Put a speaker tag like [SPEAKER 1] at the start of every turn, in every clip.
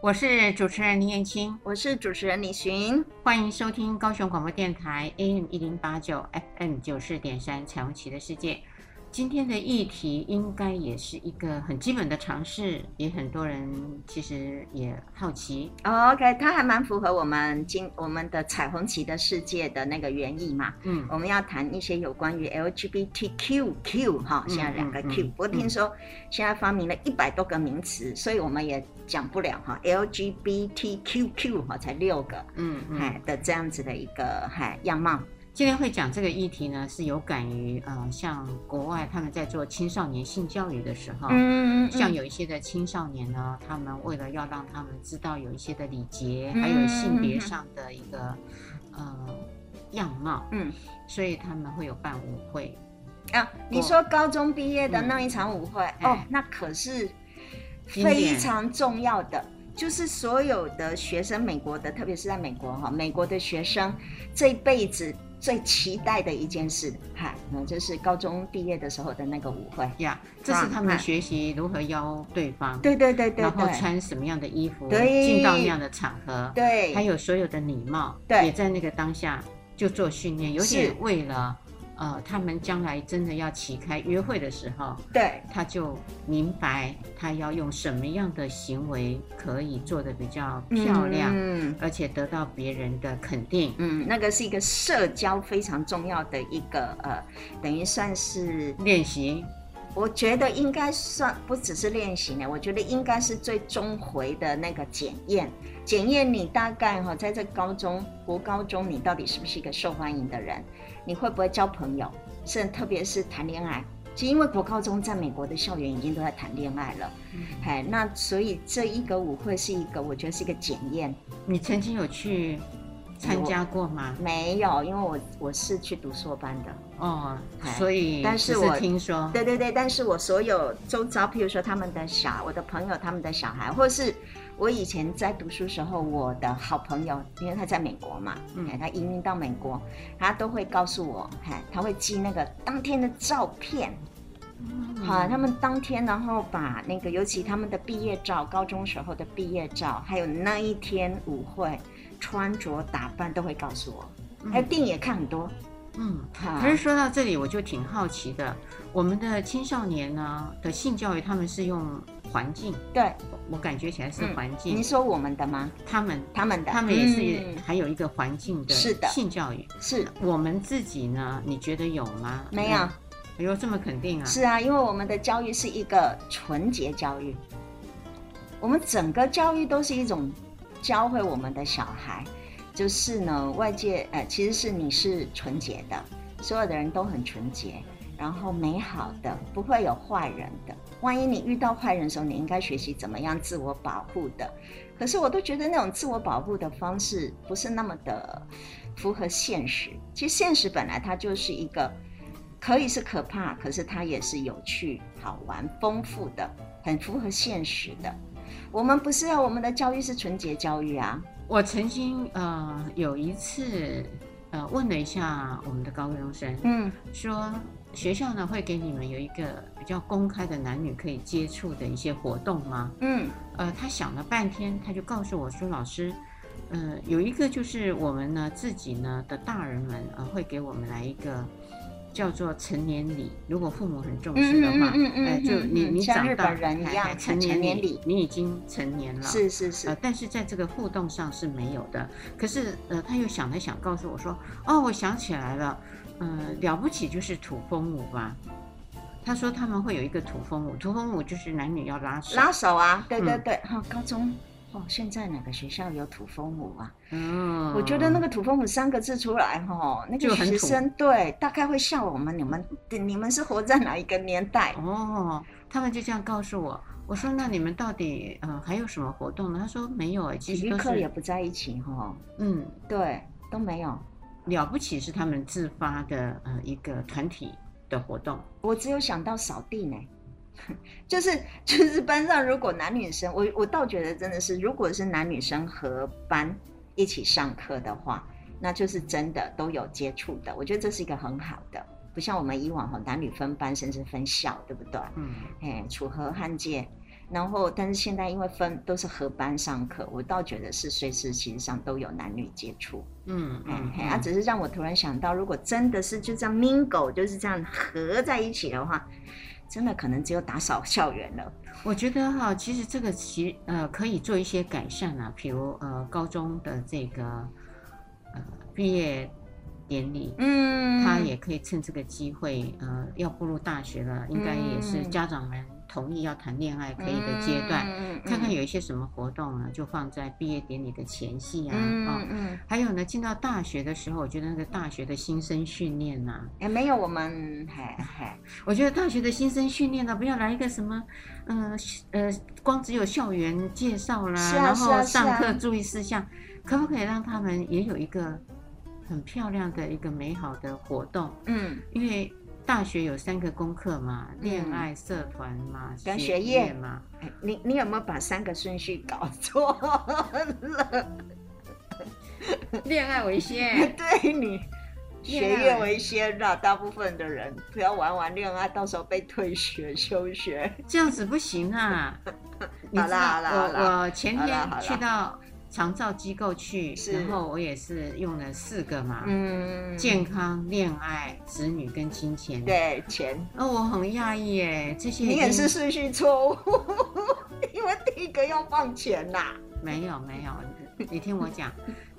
[SPEAKER 1] 我是主持人林燕青，
[SPEAKER 2] 我是主持人李寻。
[SPEAKER 1] 欢迎收听高雄广播电台 AM 一零八九 FM 九四点三《彩虹旗的世界》。今天的议题应该也是一个很基本的尝试，也很多人其实也好奇。
[SPEAKER 2] 哦 OK，它还蛮符合我们今我们的彩虹旗的世界的那个原意嘛。
[SPEAKER 1] 嗯，
[SPEAKER 2] 我们要谈一些有关于 LGBTQQ 哈，
[SPEAKER 1] 嗯
[SPEAKER 2] 现在两个
[SPEAKER 1] 嗯
[SPEAKER 2] Q，、
[SPEAKER 1] 嗯
[SPEAKER 2] 不过听说现在发明了一百多个名词，所以我们也讲不了哈，LGBTQQ 哈才六个，
[SPEAKER 1] 嗯嗯，
[SPEAKER 2] 哎、的这样子的一个哎样貌。
[SPEAKER 1] 今天会讲这个议题呢，是有感于呃，像国外他们在做青少年性教育的时候，
[SPEAKER 2] 嗯
[SPEAKER 1] 像有一些的青少年呢，他们为了要让他们知道有一些的礼节，
[SPEAKER 2] 嗯
[SPEAKER 1] 还有性别上的一个呃样貌，
[SPEAKER 2] 嗯，
[SPEAKER 1] 所以他们会有办舞会，
[SPEAKER 2] 啊，你说高中毕业的那一场舞会、
[SPEAKER 1] 嗯
[SPEAKER 2] 哦
[SPEAKER 1] 哎，
[SPEAKER 2] 那可是
[SPEAKER 1] 经典
[SPEAKER 2] 非常重要的，就是所有的学生，美国的，特别是在美国哈，美国的学生这辈子最期待的一件事，嗨，那就是高中毕业的时候的那个舞会。
[SPEAKER 1] 呀、这是他
[SPEAKER 2] 是啊
[SPEAKER 1] 们学习如何邀对方，
[SPEAKER 2] 对对对对
[SPEAKER 1] 然后
[SPEAKER 2] 对，
[SPEAKER 1] 穿什么样的衣服，
[SPEAKER 2] 对
[SPEAKER 1] 进到那样的场合，
[SPEAKER 2] 对，
[SPEAKER 1] 还有所有的礼貌，
[SPEAKER 2] 对
[SPEAKER 1] 也在那个当下就做训练，尤其
[SPEAKER 2] 是
[SPEAKER 1] 为了呃，他们将来真的要旗开约会的时候，
[SPEAKER 2] 对
[SPEAKER 1] 他就明白他要用什么样的行为可以做得比较漂亮，
[SPEAKER 2] 嗯
[SPEAKER 1] 而且得到别人的肯定。
[SPEAKER 2] 嗯，那个是一个社交非常重要的一个呃，等于算是
[SPEAKER 1] 练习，
[SPEAKER 2] 我觉得应该算不只是练习呢，我觉得应该是最终回的那个检验，检验你大概哈、在这高中、国高中，你到底是不是一个受欢迎的人，你会不会交朋友，甚至特别是谈恋爱。其实因为国高中在美国的校园已经都在谈恋爱了，哎，那所以这一个舞会是一个，我觉得是一个检验。
[SPEAKER 1] 你曾经有去参加过吗？
[SPEAKER 2] 没有，因为我我是去读硕班的，
[SPEAKER 1] 哦
[SPEAKER 2] 哎，
[SPEAKER 1] 所以
[SPEAKER 2] 但
[SPEAKER 1] 只
[SPEAKER 2] 是
[SPEAKER 1] 是
[SPEAKER 2] 我
[SPEAKER 1] 听说，
[SPEAKER 2] 对对对，但是我所有周遭，譬如说他们的小，我的朋友他们的小孩，或是我以前在读书时候，我的好朋友，因为他在美国嘛，
[SPEAKER 1] 嗯
[SPEAKER 2] 哎，他移民到美国，他都会告诉我，哎，他会寄那个当天的照片，好、
[SPEAKER 1] 嗯
[SPEAKER 2] 他们当天，然后把那个，尤其他们的毕业照，高中时候的毕业照，还有那一天舞会穿着打扮都会告诉我，还有电影也看很多，
[SPEAKER 1] 嗯。
[SPEAKER 2] 哈
[SPEAKER 1] 可是说到这里，我就挺好奇的，我们的青少年呢的性教育，他们是用环境，
[SPEAKER 2] 对，
[SPEAKER 1] 我我感觉起来是
[SPEAKER 2] 嗯
[SPEAKER 1] 环境，
[SPEAKER 2] 你说我们的吗？
[SPEAKER 1] 他们
[SPEAKER 2] 他们的，
[SPEAKER 1] 他们也
[SPEAKER 2] 嗯
[SPEAKER 1] 是还有一个环境的
[SPEAKER 2] 是的
[SPEAKER 1] 性教育。
[SPEAKER 2] 是
[SPEAKER 1] 我们自己呢？你觉得有吗？
[SPEAKER 2] 没有
[SPEAKER 1] 嗯。哎呦，这么肯定啊！
[SPEAKER 2] 是啊，因为我们的教育是一个纯洁教育，我们整个教育都是一种教会我们的小孩，就是呢，外界呃，其实是你是纯洁的，所有的人都很纯洁，然后美好的，不会有坏人的。万一你遇到坏人的时候，你应该学习怎么样自我保护的。可是我都觉得那种自我保护的方式不是那么的符合现实。其实现实本来它就是一个可以是可怕，可是它也是有趣、好玩、丰富的，很符合现实的。我们不是要我们的教育是纯洁教育啊，
[SPEAKER 1] 我曾经呃有一次呃问了一下我们的高中生，
[SPEAKER 2] 嗯，
[SPEAKER 1] 说学校呢会给你们有一个比较公开的男女可以接触的一些活动吗？
[SPEAKER 2] 嗯，
[SPEAKER 1] 呃，他想了半天，他就告诉我说，老师。呃，有一个就是我们呢自己呢的大人们呃会给我们来一个叫做成年礼，如果父母很重视的话，
[SPEAKER 2] 嗯嗯嗯嗯
[SPEAKER 1] 哎
[SPEAKER 2] 嗯
[SPEAKER 1] 就你
[SPEAKER 2] 嗯
[SPEAKER 1] 你
[SPEAKER 2] 像
[SPEAKER 1] 长
[SPEAKER 2] 日
[SPEAKER 1] 大
[SPEAKER 2] 本人一
[SPEAKER 1] 哎
[SPEAKER 2] 样
[SPEAKER 1] 哎
[SPEAKER 2] 哎
[SPEAKER 1] 成
[SPEAKER 2] 成
[SPEAKER 1] 年
[SPEAKER 2] 年
[SPEAKER 1] 礼
[SPEAKER 2] 礼，
[SPEAKER 1] 你已经成年了，
[SPEAKER 2] 是是是
[SPEAKER 1] 呃，，但是在这个互动上是没有的。可是呃，他又想了想，告诉我说：“哦，我想起来了，嗯、了不起就是土风舞吧。”他说他们会有一个土风舞，土风舞就是男女要拉手，
[SPEAKER 2] 拉手啊，对对
[SPEAKER 1] 嗯
[SPEAKER 2] 对，哈、高中。哦，现在哪个学校有土风舞啊？
[SPEAKER 1] 嗯，
[SPEAKER 2] 我觉得那个土风舞三个字出来哈、那
[SPEAKER 1] 就
[SPEAKER 2] 个
[SPEAKER 1] 很
[SPEAKER 2] 学
[SPEAKER 1] 土
[SPEAKER 2] 生对大概会笑我们，你们你们是活在哪一个年代？
[SPEAKER 1] 哦，他们就这样告诉我。我说那你们到底呃还有什么活动呢？他说没有哎、其
[SPEAKER 2] 体
[SPEAKER 1] 实
[SPEAKER 2] 育
[SPEAKER 1] 都
[SPEAKER 2] 课也
[SPEAKER 1] 是
[SPEAKER 2] 不在一起哈、
[SPEAKER 1] 嗯
[SPEAKER 2] 对，都没有。
[SPEAKER 1] 了不起是他们自发的呃一个团体的活动。
[SPEAKER 2] 我只有想到扫地呢， 就是就是班上如果男女生，我我倒觉得真的是，如果是男女生合班一起上课的话，那就是真的都有接触的。我觉得这是一个很好的，不像我们以往哈男女分班甚至分校，对不对？
[SPEAKER 1] 嗯，
[SPEAKER 2] 哎，楚河汉界，然后，但是现在因为分都是合班上课，我倒觉得是随时其实上都有男女接触。
[SPEAKER 1] 嗯嗯
[SPEAKER 2] 嗯，嘿，啊，只是让我突然想到，如果真的是就这样 mingle，就是这样合在一起的话，真的可能只有打扫校园了。
[SPEAKER 1] 我觉得哈，其实这个其呃可以做一些改善啊，比如呃高中的这个呃毕业典礼，
[SPEAKER 2] 嗯
[SPEAKER 1] 他也可以趁这个机会，呃，要步入大学了，应该也是
[SPEAKER 2] 嗯
[SPEAKER 1] 家长们同意要谈恋爱可以的阶段，
[SPEAKER 2] 嗯
[SPEAKER 1] 看看有一些什么活动啊，就放在毕业典礼的前夕啊，啊、
[SPEAKER 2] 嗯嗯，
[SPEAKER 1] 还有呢，进到大学的时候，我觉得那个大学的新生训练呐、啊，
[SPEAKER 2] 哎也没有我们，嘿嘿，
[SPEAKER 1] 我觉得大学的新生训练呢、不要来一个什么，呃呃，光只有校园介绍啦，
[SPEAKER 2] 是啊
[SPEAKER 1] 然
[SPEAKER 2] 是啊
[SPEAKER 1] 后
[SPEAKER 2] 是啊
[SPEAKER 1] 上课注意事项，可不可以让他们也有一个很漂亮的一个美好的活动？
[SPEAKER 2] 嗯
[SPEAKER 1] 因为大学有三个功课嘛，
[SPEAKER 2] 嗯
[SPEAKER 1] 恋爱、社团嘛，
[SPEAKER 2] 跟
[SPEAKER 1] 学
[SPEAKER 2] 学业
[SPEAKER 1] 嘛。
[SPEAKER 2] 哎你你有没有把三个顺序搞错了？
[SPEAKER 1] 恋爱为先，
[SPEAKER 2] 对你。学
[SPEAKER 1] 恋爱
[SPEAKER 2] 业为先啦，大部分的人不要玩玩恋爱，到时候被退学休学。
[SPEAKER 1] 这样子不行 啊！你知道
[SPEAKER 2] 好啦好啦好啦
[SPEAKER 1] 我我前
[SPEAKER 2] 好啦
[SPEAKER 1] 天
[SPEAKER 2] 好啦
[SPEAKER 1] 去到长照机构去，
[SPEAKER 2] 是
[SPEAKER 1] 然后我也是用了四个嘛，
[SPEAKER 2] 嗯，
[SPEAKER 1] 健康、恋爱、子女跟金钱。，
[SPEAKER 2] 对钱
[SPEAKER 1] 那我很讶异耶，这些已
[SPEAKER 2] 你也
[SPEAKER 1] 经
[SPEAKER 2] 是顺序错误， 因为第一个要放钱呐、
[SPEAKER 1] 没有没有，你你听我 讲，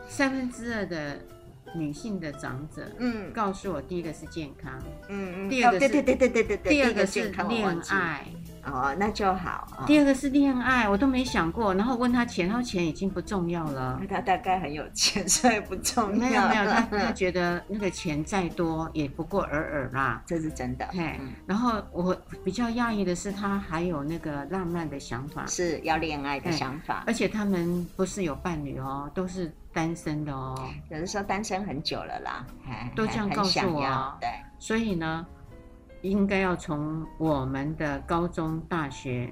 [SPEAKER 1] 三分之二的女性的长者
[SPEAKER 2] 嗯
[SPEAKER 1] 告诉我，第一个是健康，
[SPEAKER 2] 嗯嗯，
[SPEAKER 1] 第二个
[SPEAKER 2] 哦对
[SPEAKER 1] 是
[SPEAKER 2] 对对对对对对，
[SPEAKER 1] 第二个是
[SPEAKER 2] 健康我忘
[SPEAKER 1] 恋
[SPEAKER 2] 记
[SPEAKER 1] 爱。
[SPEAKER 2] 哦，那就好。哦、
[SPEAKER 1] 第二个是恋爱，我都没想过。然后问他钱，他说钱已经不重要了。
[SPEAKER 2] 他大概很有钱，所以不重要。
[SPEAKER 1] 没有没 有，他他觉得那个钱再多也不过尔尔啦。
[SPEAKER 2] 这是真的。
[SPEAKER 1] 嘿
[SPEAKER 2] 嗯，
[SPEAKER 1] 然后我比较讶异的是，他还有那个浪漫的想法，
[SPEAKER 2] 是要恋爱
[SPEAKER 1] 哎
[SPEAKER 2] 的想法。
[SPEAKER 1] 而且他们不是有伴侣哦，都是单身的哦。
[SPEAKER 2] 有人说单身很久了啦，哎
[SPEAKER 1] 都这样
[SPEAKER 2] 很
[SPEAKER 1] 告诉
[SPEAKER 2] 想
[SPEAKER 1] 我
[SPEAKER 2] 要对，
[SPEAKER 1] 所以呢，应该要从我们的高中、大学，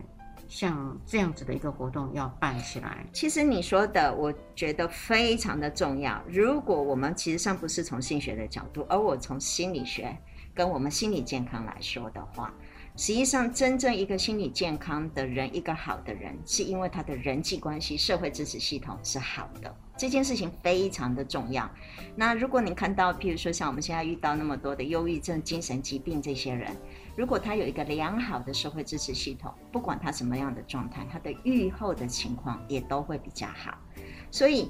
[SPEAKER 1] 像这样子的一个活动要办起来。
[SPEAKER 2] 其实你说的，我觉得非常的重要。如果我们其实上不是从性学的角度，而我从心理学跟我们心理健康来说的话，实际上真正一个心理健康的人，一个好的人，是因为他的人际关系、社会支持系统是好的。这件事情非常的重要。那如果你看到，譬如说像我们现在遇到那么多的忧郁症、精神疾病这些人，如果他有一个良好的社会支持系统，不管他什么样的状态，他的愈后的情况也都会比较好。所以，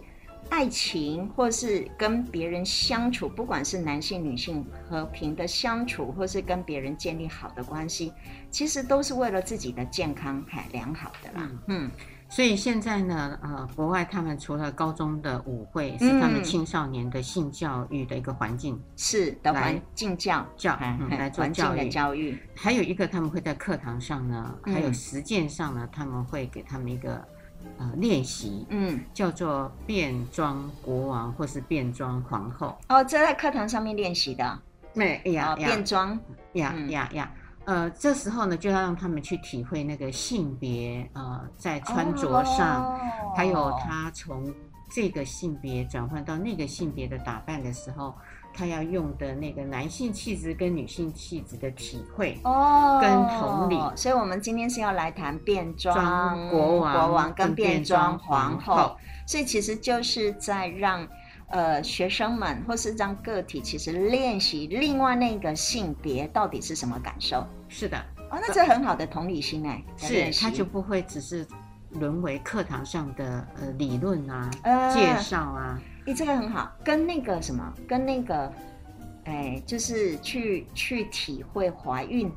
[SPEAKER 2] 爱情或是跟别人相处，不管是男性、女性和平的相处，或是跟别人建立好的关系，其实都是为了自己的健康还良好的啦。嗯，
[SPEAKER 1] 所以现在呢，呃，国外他们除了高中的舞会是他们
[SPEAKER 2] 嗯
[SPEAKER 1] 青少年的性教育的一个环境，
[SPEAKER 2] 是的，
[SPEAKER 1] 来
[SPEAKER 2] 环境教
[SPEAKER 1] 教
[SPEAKER 2] 哎
[SPEAKER 1] 嗯
[SPEAKER 2] 哎
[SPEAKER 1] 来做
[SPEAKER 2] 环境
[SPEAKER 1] 教育
[SPEAKER 2] 的教育，
[SPEAKER 1] 还有一个他们会在课堂上呢，
[SPEAKER 2] 嗯
[SPEAKER 1] 还有实践上呢，他们会给他们一个呃练习，
[SPEAKER 2] 嗯，
[SPEAKER 1] 叫做变装国王或是变装皇后。
[SPEAKER 2] 哦，这在课堂上面练习的，
[SPEAKER 1] 对呀
[SPEAKER 2] 啊，
[SPEAKER 1] 呀
[SPEAKER 2] 变装，
[SPEAKER 1] 呀
[SPEAKER 2] 嗯
[SPEAKER 1] 呀呀！呃，这时候呢，就要让他们去体会那个性别，呃，在穿着上，
[SPEAKER 2] 哦
[SPEAKER 1] 还有他从这个性别转换到那个性别的打扮的时候，他要用的那个男性气质跟女性气质的体会。
[SPEAKER 2] 哦，
[SPEAKER 1] 跟同理
[SPEAKER 2] 所以我们今天是要来谈变
[SPEAKER 1] 装
[SPEAKER 2] 装
[SPEAKER 1] 国王
[SPEAKER 2] 国王跟
[SPEAKER 1] 跟
[SPEAKER 2] 变
[SPEAKER 1] 变装
[SPEAKER 2] 装皇
[SPEAKER 1] 皇
[SPEAKER 2] 后
[SPEAKER 1] 后，
[SPEAKER 2] 所以其实就是在让呃学生们或是让个体其实练习另外那个性别到底是什么感受。
[SPEAKER 1] 是的，
[SPEAKER 2] 哦，那这很好的同理心哎、的
[SPEAKER 1] 是
[SPEAKER 2] 练习
[SPEAKER 1] 他就不会只是沦为课堂上的呃理论啊、
[SPEAKER 2] 呃
[SPEAKER 1] 介绍啊，
[SPEAKER 2] 诶，哎这个很好，跟那个什么，跟那个，哎，就是去去体会怀孕，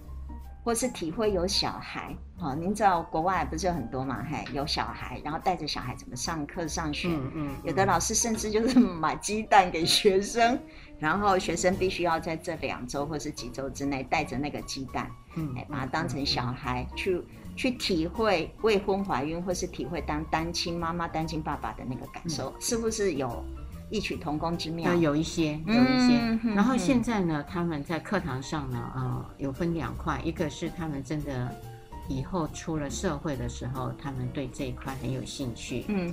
[SPEAKER 2] 或是体会有小孩。哦，您知道国外不是有很多嘛，嘿，有小孩，然后带着小孩怎么上课上学。
[SPEAKER 1] 嗯嗯，
[SPEAKER 2] 有的
[SPEAKER 1] 嗯
[SPEAKER 2] 老师甚至就是买鸡蛋给学生，然后学生必须要在这两周或是几周之内带着那个鸡蛋，
[SPEAKER 1] 嗯
[SPEAKER 2] 哎，把它当成小孩去去体会未婚怀孕，或是体会当单亲妈妈、单亲爸爸的那个感受，是不是有异曲同工之妙
[SPEAKER 1] 那？嗯有一些，有一些。
[SPEAKER 2] 嗯哼
[SPEAKER 1] 然后
[SPEAKER 2] 哼
[SPEAKER 1] 现在呢，他们在课堂上呢，呃，有分两块，一个是他们真的以后出了社会的时候，他们对这一块很有兴趣，
[SPEAKER 2] 嗯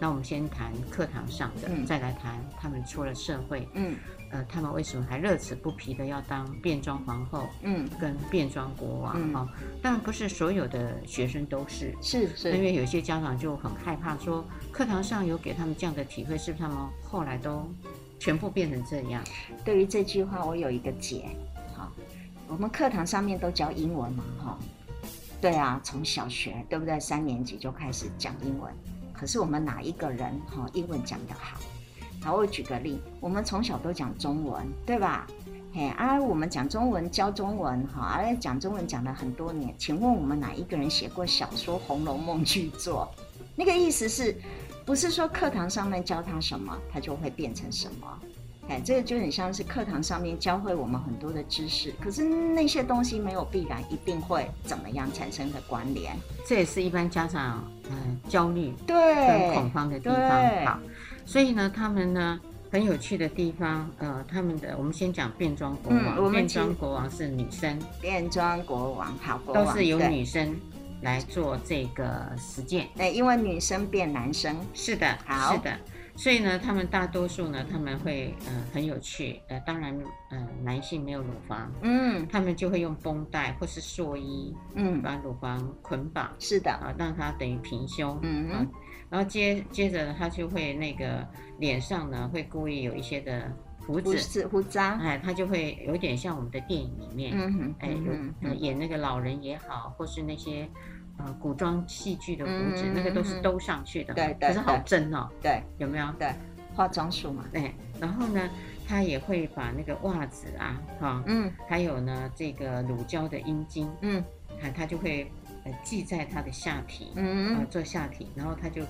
[SPEAKER 1] 那我们先谈课堂上的，
[SPEAKER 2] 嗯
[SPEAKER 1] 再来谈他们出了社会，
[SPEAKER 2] 嗯
[SPEAKER 1] 呃，他们为什么还乐此不疲的要当变装皇后
[SPEAKER 2] 嗯，
[SPEAKER 1] 跟变装国王？
[SPEAKER 2] 嗯
[SPEAKER 1] 哦，当然不是所有的学生都是，
[SPEAKER 2] 是
[SPEAKER 1] 因
[SPEAKER 2] 是，
[SPEAKER 1] 为有些家长就很害怕说，课堂上有给他们这样的体会，是不是他们后来都全部变成这样？
[SPEAKER 2] 对于这句话，我有一个解。好，我们课堂上面都教英文嘛，哈、对啊，从小学对不对？三年级就开始讲英文。可是我们哪一个人哈、英文讲得好？好，我举个例，我们从小都讲中文，对吧？嘿啊，我们讲中文教中文哈，啊讲中文讲了很多年。请问我们哪一个人写过小说《红楼梦》去做？那个意思是，不是说课堂上面教他什么，他就会变成什么？哎，这个就很像是课堂上面教会我们很多的知识，可是那些东西没有必然一定会怎么样产生的关联。
[SPEAKER 1] 这也是一般家长嗯、呃焦虑跟
[SPEAKER 2] 对
[SPEAKER 1] 恐，慌的地
[SPEAKER 2] 对
[SPEAKER 1] 方。好，所以呢，他们呢很有趣的地方，呃，他们的我们先讲变装国王，
[SPEAKER 2] 嗯我们
[SPEAKER 1] 变
[SPEAKER 2] 其实
[SPEAKER 1] 装国王是女生，
[SPEAKER 2] 变装国王、好国王
[SPEAKER 1] 都是由。
[SPEAKER 2] 对
[SPEAKER 1] 女生来做这个实践。
[SPEAKER 2] 对，因为女生变男生，
[SPEAKER 1] 是的，
[SPEAKER 2] 好
[SPEAKER 1] 是的。所以呢，他们大多数呢，他们会呃很有趣，呃，当然呃男性没有乳房，
[SPEAKER 2] 嗯
[SPEAKER 1] 他们就会用绷带或是蓑衣
[SPEAKER 2] 嗯，
[SPEAKER 1] 把乳房捆绑
[SPEAKER 2] 是的，
[SPEAKER 1] 啊，让它等于平胸。
[SPEAKER 2] 嗯
[SPEAKER 1] 啊，然后接接着呢，他就会那个脸上呢会故意有一些的胡
[SPEAKER 2] 胡
[SPEAKER 1] 子，
[SPEAKER 2] 子胡渣，
[SPEAKER 1] 哎，他就会有点像我们的电影里面，
[SPEAKER 2] 嗯哼，
[SPEAKER 1] 哎，
[SPEAKER 2] 嗯
[SPEAKER 1] 有、
[SPEAKER 2] 哼
[SPEAKER 1] 呃
[SPEAKER 2] 嗯
[SPEAKER 1] 演那个老人也好，或是那些呃古装戏剧的胡子，
[SPEAKER 2] 嗯
[SPEAKER 1] 那个都
[SPEAKER 2] 嗯
[SPEAKER 1] 是
[SPEAKER 2] 嗯
[SPEAKER 1] 兜上去的，
[SPEAKER 2] 对对
[SPEAKER 1] 可是好
[SPEAKER 2] 对
[SPEAKER 1] 真哦，
[SPEAKER 2] 对
[SPEAKER 1] 有没有？
[SPEAKER 2] 对，化妆术嘛，
[SPEAKER 1] 哎，然后呢，他也会把那个袜子啊，哈、
[SPEAKER 2] 嗯
[SPEAKER 1] 还有呢这个乳胶的阴茎，
[SPEAKER 2] 嗯
[SPEAKER 1] 啊，他就会呃系在他的下体，啊、
[SPEAKER 2] 嗯，
[SPEAKER 1] 做下体，然后他就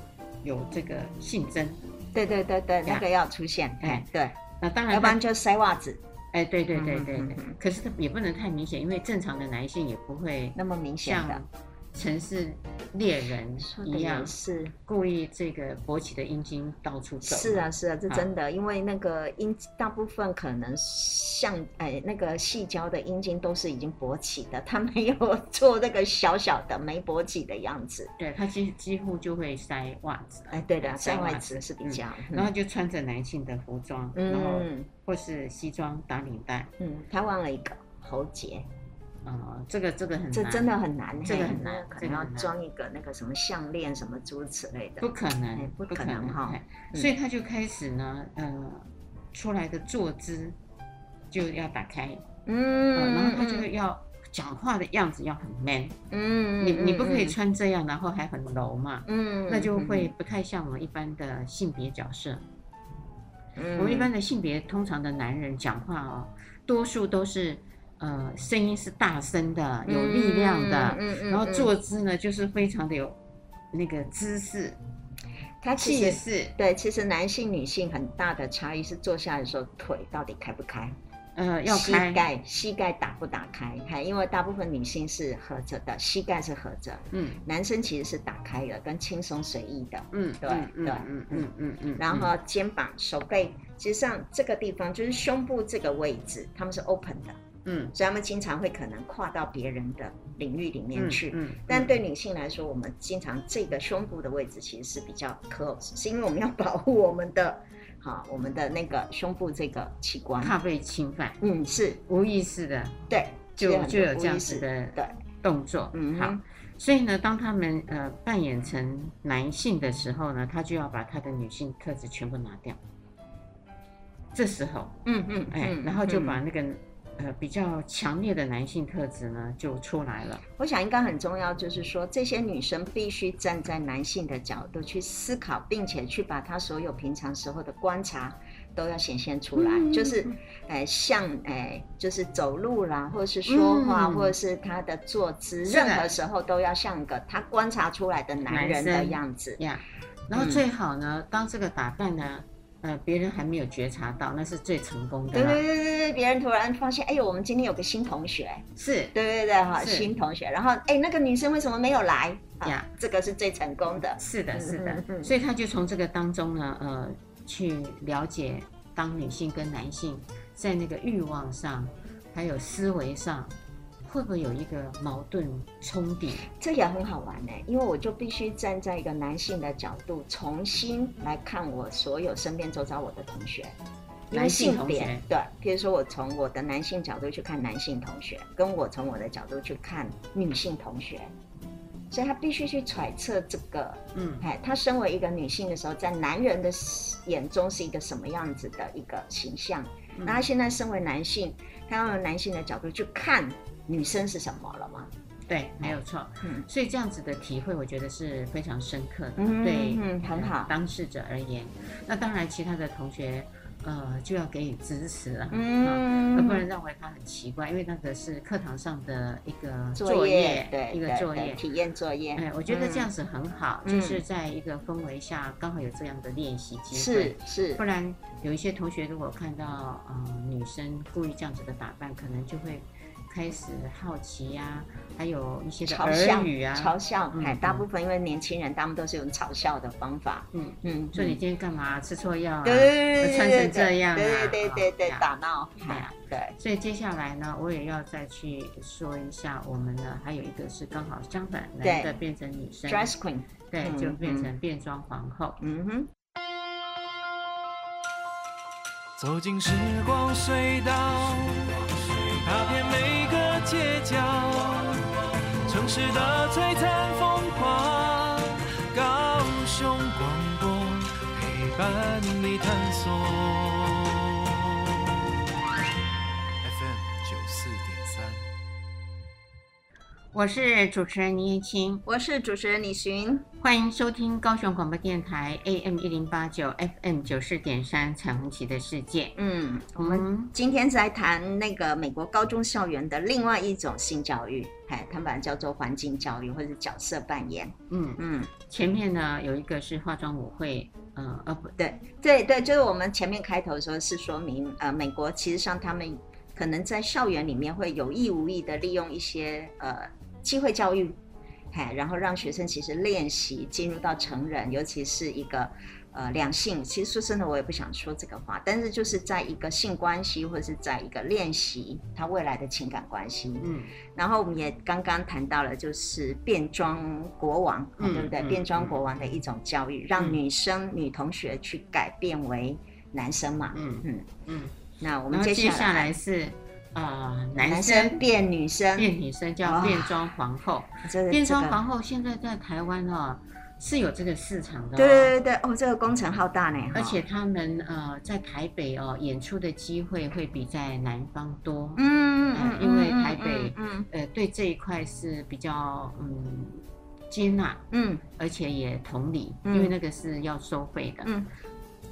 [SPEAKER 1] 有这个性征。
[SPEAKER 2] 对对对对，那个要出现，哎
[SPEAKER 1] 哎，
[SPEAKER 2] 对，
[SPEAKER 1] 那当然他，
[SPEAKER 2] 要不然就塞袜子，
[SPEAKER 1] 哎，对对对对
[SPEAKER 2] 嗯嗯
[SPEAKER 1] 对
[SPEAKER 2] 嗯嗯，
[SPEAKER 1] 可是它也不能太明显，因为正常的男性也不会
[SPEAKER 2] 那么明显的
[SPEAKER 1] 像。城市猎人
[SPEAKER 2] 说的
[SPEAKER 1] 一样
[SPEAKER 2] 也是，
[SPEAKER 1] 故意这个勃起的阴茎到处走。
[SPEAKER 2] 是啊，，是啊，这
[SPEAKER 1] 啊
[SPEAKER 2] 真的，因为那个阴大部分可能像哎那个细胶的阴茎都是已经勃起的，它没有做那个小小的没勃起的样子。
[SPEAKER 1] 对他几几乎就会塞袜子，
[SPEAKER 2] 哎，对的，
[SPEAKER 1] 塞
[SPEAKER 2] 塞
[SPEAKER 1] 袜
[SPEAKER 2] 外子是比
[SPEAKER 1] 嗯
[SPEAKER 2] 较，
[SPEAKER 1] 然后就穿着男性的服装，然后
[SPEAKER 2] 嗯
[SPEAKER 1] 或是西装打领带，
[SPEAKER 2] 嗯，他忘了一个喉结，
[SPEAKER 1] 啊，这个这个很难，
[SPEAKER 2] 这真的很难，
[SPEAKER 1] 这个
[SPEAKER 2] 嘿
[SPEAKER 1] 很难
[SPEAKER 2] 那可
[SPEAKER 1] 这个
[SPEAKER 2] 能要
[SPEAKER 1] 很难
[SPEAKER 2] 装一个那个什么项链什么诸如此类的
[SPEAKER 1] 不。可能
[SPEAKER 2] 哎，不可
[SPEAKER 1] 可
[SPEAKER 2] 能哈
[SPEAKER 1] 哎
[SPEAKER 2] 嗯
[SPEAKER 1] 所以他就开始呢，呃，出来的坐姿就要打开，呃
[SPEAKER 2] 嗯
[SPEAKER 1] 然后他就要讲话的样子要很 man，
[SPEAKER 2] 嗯
[SPEAKER 1] 你你不可以
[SPEAKER 2] 嗯
[SPEAKER 1] 穿这样，然后还很柔嘛，
[SPEAKER 2] 嗯，
[SPEAKER 1] 那就会不太像我们一般的性别角色。
[SPEAKER 2] 嗯
[SPEAKER 1] 我们一般的性别，通常的男人讲话哦，多数都是呃声音是大声的、有力量的，
[SPEAKER 2] 嗯嗯嗯
[SPEAKER 1] 然后
[SPEAKER 2] 嗯
[SPEAKER 1] 坐姿呢就是非常的有那个姿势、
[SPEAKER 2] 它其
[SPEAKER 1] 气
[SPEAKER 2] 实
[SPEAKER 1] 势。
[SPEAKER 2] 对，其实男性女性很大的差异是坐下来的时候腿到底开不开，
[SPEAKER 1] 呃，要
[SPEAKER 2] 膝
[SPEAKER 1] 开，
[SPEAKER 2] 盖膝盖打不打开，还因为大部分女性是合着的，膝盖是合着，
[SPEAKER 1] 嗯
[SPEAKER 2] 男生其实是打开的，跟轻松随意的。
[SPEAKER 1] 嗯，
[SPEAKER 2] 对
[SPEAKER 1] 嗯嗯
[SPEAKER 2] 对
[SPEAKER 1] 嗯嗯嗯嗯，
[SPEAKER 2] 然
[SPEAKER 1] 嗯
[SPEAKER 2] 后肩膀、手背，其实上这个地方就是胸部这个位置，他们是 open 的，
[SPEAKER 1] 嗯
[SPEAKER 2] 所以他们经常会可能跨到别人的领域里面
[SPEAKER 1] 嗯
[SPEAKER 2] 去。
[SPEAKER 1] 嗯，
[SPEAKER 2] 但对女性来说，我们经常这个胸部的位置其实是比较 close，是因为我们要保护我们的，好，我们的那个胸部这个器官。
[SPEAKER 1] 怕被侵犯，
[SPEAKER 2] 嗯，是
[SPEAKER 1] 无意识的
[SPEAKER 2] 对，
[SPEAKER 1] 就
[SPEAKER 2] 其实很多
[SPEAKER 1] 就有这
[SPEAKER 2] 无
[SPEAKER 1] 样
[SPEAKER 2] 意识
[SPEAKER 1] 子的
[SPEAKER 2] 对，
[SPEAKER 1] 动作，
[SPEAKER 2] 嗯
[SPEAKER 1] 好
[SPEAKER 2] 哼。
[SPEAKER 1] 所以呢，当他们呃扮演成男性的时候呢，他就要把他的女性特质全部拿掉。这时候，
[SPEAKER 2] 嗯嗯，
[SPEAKER 1] 哎，
[SPEAKER 2] 嗯
[SPEAKER 1] 然后就把
[SPEAKER 2] 嗯
[SPEAKER 1] 那个、呃比较强烈的男性特质呢就出来了。
[SPEAKER 2] 我想应该很重要，就是说这些女生必须站在男性的角度去思考，并且去把她所有平常时候的观察都要显现出来，
[SPEAKER 1] 嗯
[SPEAKER 2] 就是
[SPEAKER 1] 嗯，
[SPEAKER 2] 哎、像哎、就是走路啦，或者是说话，
[SPEAKER 1] 嗯
[SPEAKER 2] 或者是她的坐姿，
[SPEAKER 1] 是的
[SPEAKER 2] 任何时候都要像个她观察出来的男
[SPEAKER 1] 男
[SPEAKER 2] 人的
[SPEAKER 1] 生
[SPEAKER 2] 样子。
[SPEAKER 1] 呀、然后
[SPEAKER 2] 嗯
[SPEAKER 1] 最好呢，当这个打扮呢，呃，别人还没有觉察到，那是最成功的
[SPEAKER 2] 对
[SPEAKER 1] 啦。
[SPEAKER 2] 对对对对，别人突然发现，哎呦，我们今天有个新同学，
[SPEAKER 1] 是
[SPEAKER 2] 对对对哈，
[SPEAKER 1] 是
[SPEAKER 2] 新同学，然后哎，那个女生为什么没有来？啊
[SPEAKER 1] 呀
[SPEAKER 2] 这个是最成功的。
[SPEAKER 1] 是的，
[SPEAKER 2] 嗯
[SPEAKER 1] 是
[SPEAKER 2] 嗯嗯
[SPEAKER 1] 的。所以他就从这个当中呢，呃，去了解当女性跟男性在那个欲望上，还有思维上，会不会有一个矛盾冲突？
[SPEAKER 2] 这也很好玩呢、因为我就必须站在一个男性的角度，重新来看我所有身边周遭我的同学，因为
[SPEAKER 1] 男性
[SPEAKER 2] 性
[SPEAKER 1] 同
[SPEAKER 2] 别
[SPEAKER 1] 学
[SPEAKER 2] 对，比如说我从我的男性角度去看男性同学，跟我从我的角度去看女性同学，所以他必须去揣测这个，
[SPEAKER 1] 嗯
[SPEAKER 2] 哎，她身为一个女性的时候，在男人的眼中是一个什么样子的一个形象？
[SPEAKER 1] 嗯
[SPEAKER 2] 那他现在身为男性，他要用男性的角度去看女生是什么了吗？
[SPEAKER 1] 对，没有错。
[SPEAKER 2] 嗯
[SPEAKER 1] 所以这样子的体会，我觉得是非常深刻的，
[SPEAKER 2] 嗯
[SPEAKER 1] 对，呃
[SPEAKER 2] 嗯很好
[SPEAKER 1] 当事者而言，那当然，其他的同学，呃，就要给予支持啊，
[SPEAKER 2] 嗯
[SPEAKER 1] 啊而不能认为他很奇怪，因为那个是课堂上的一个
[SPEAKER 2] 作业对
[SPEAKER 1] 一个
[SPEAKER 2] 对
[SPEAKER 1] 作
[SPEAKER 2] 对
[SPEAKER 1] 业。
[SPEAKER 2] 体验作业，
[SPEAKER 1] 哎，我觉得这样子很好，
[SPEAKER 2] 嗯
[SPEAKER 1] 就是在一个氛围下，刚好有这样的练习机会
[SPEAKER 2] 是。是
[SPEAKER 1] 不，然有一些同学如果看到呃女生故意这样子的打扮，可能就会开始好奇呀、还有一些的
[SPEAKER 2] 嘲笑
[SPEAKER 1] 耳语啊，
[SPEAKER 2] 嘲笑，
[SPEAKER 1] 嗯
[SPEAKER 2] 哎，
[SPEAKER 1] 嗯
[SPEAKER 2] 大部分因为年轻人，他们都是用嘲笑的方法，
[SPEAKER 1] 嗯，
[SPEAKER 2] 嗯，
[SPEAKER 1] 说你
[SPEAKER 2] 嗯
[SPEAKER 1] 今天干嘛吃错药啊？
[SPEAKER 2] 对对对
[SPEAKER 1] 我穿
[SPEAKER 2] 对
[SPEAKER 1] 成
[SPEAKER 2] 对
[SPEAKER 1] 这样啊
[SPEAKER 2] 对对对对
[SPEAKER 1] 啊
[SPEAKER 2] 打闹，
[SPEAKER 1] 对啊
[SPEAKER 2] 对，
[SPEAKER 1] 所以接下来呢，我也要再去说一下我们呢，还有一个是刚好相反，
[SPEAKER 2] 对
[SPEAKER 1] 男的变成女生，
[SPEAKER 2] dress queen，
[SPEAKER 1] 对，就
[SPEAKER 2] 嗯
[SPEAKER 1] 变成变装皇后。
[SPEAKER 2] 嗯哼。
[SPEAKER 3] 走进时光隧道，踏遍每个街角，城市的璀璨风光，高雄广播陪伴你探索。FM 九四点三。
[SPEAKER 1] 我是主持人倪燕青，
[SPEAKER 2] 我是主持人李寻，
[SPEAKER 1] 欢迎收听高雄广播电台 AM 一零八九 FM 九四点三彩虹旗的世界。
[SPEAKER 2] 嗯，
[SPEAKER 1] 我们
[SPEAKER 2] 今天在谈那个美国高中校园的另外一种性教育，哎，他们把它叫做环境教育或者角色扮演，
[SPEAKER 1] 嗯，
[SPEAKER 2] 嗯，
[SPEAKER 1] 前面呢有一个是化妆舞会，呃，呃不，
[SPEAKER 2] 对对对，就是我们前面开头的时候是说明，呃，美国其实上他们可能在校园里面会有意无意的利用一些呃机会教育，哎，然后让学生其实练习进入到成人，尤其是一个呃两性。其实说真的，我也不想说这个话，但是就是在一个性关系或者是在一个练习他未来的情感关系，
[SPEAKER 1] 嗯，
[SPEAKER 2] 然后我们也刚刚谈到了，就是变装国王，
[SPEAKER 1] 嗯
[SPEAKER 2] 对不对？
[SPEAKER 1] 嗯
[SPEAKER 2] 变装国王的一种教育，让女生、女同学去改变为男生嘛。
[SPEAKER 1] 嗯
[SPEAKER 2] 嗯，
[SPEAKER 1] 嗯，
[SPEAKER 2] 那我
[SPEAKER 1] 然
[SPEAKER 2] 们
[SPEAKER 1] 后
[SPEAKER 2] 接
[SPEAKER 1] 接下
[SPEAKER 2] 下
[SPEAKER 1] 来
[SPEAKER 2] 来
[SPEAKER 1] 是呃
[SPEAKER 2] 男
[SPEAKER 1] 男
[SPEAKER 2] 生
[SPEAKER 1] 生
[SPEAKER 2] 变女生，
[SPEAKER 1] 变女生叫
[SPEAKER 2] 哇
[SPEAKER 1] 变装皇后，
[SPEAKER 2] 这个
[SPEAKER 1] 变装
[SPEAKER 2] 这个
[SPEAKER 1] 皇后现在在台湾哦是有这个市场的、哦，
[SPEAKER 2] 对对对对，哦，这个工程浩大呢，
[SPEAKER 1] 而且
[SPEAKER 2] 哈，
[SPEAKER 1] 他们呃在台北哦演出的机会会比在南方多，
[SPEAKER 2] 嗯
[SPEAKER 1] 呃因为台北
[SPEAKER 2] 嗯
[SPEAKER 1] 呃对这一块是比较嗯接纳，
[SPEAKER 2] 嗯
[SPEAKER 1] 而且也同理，
[SPEAKER 2] 嗯
[SPEAKER 1] 因为那个是要收费的，
[SPEAKER 2] 嗯，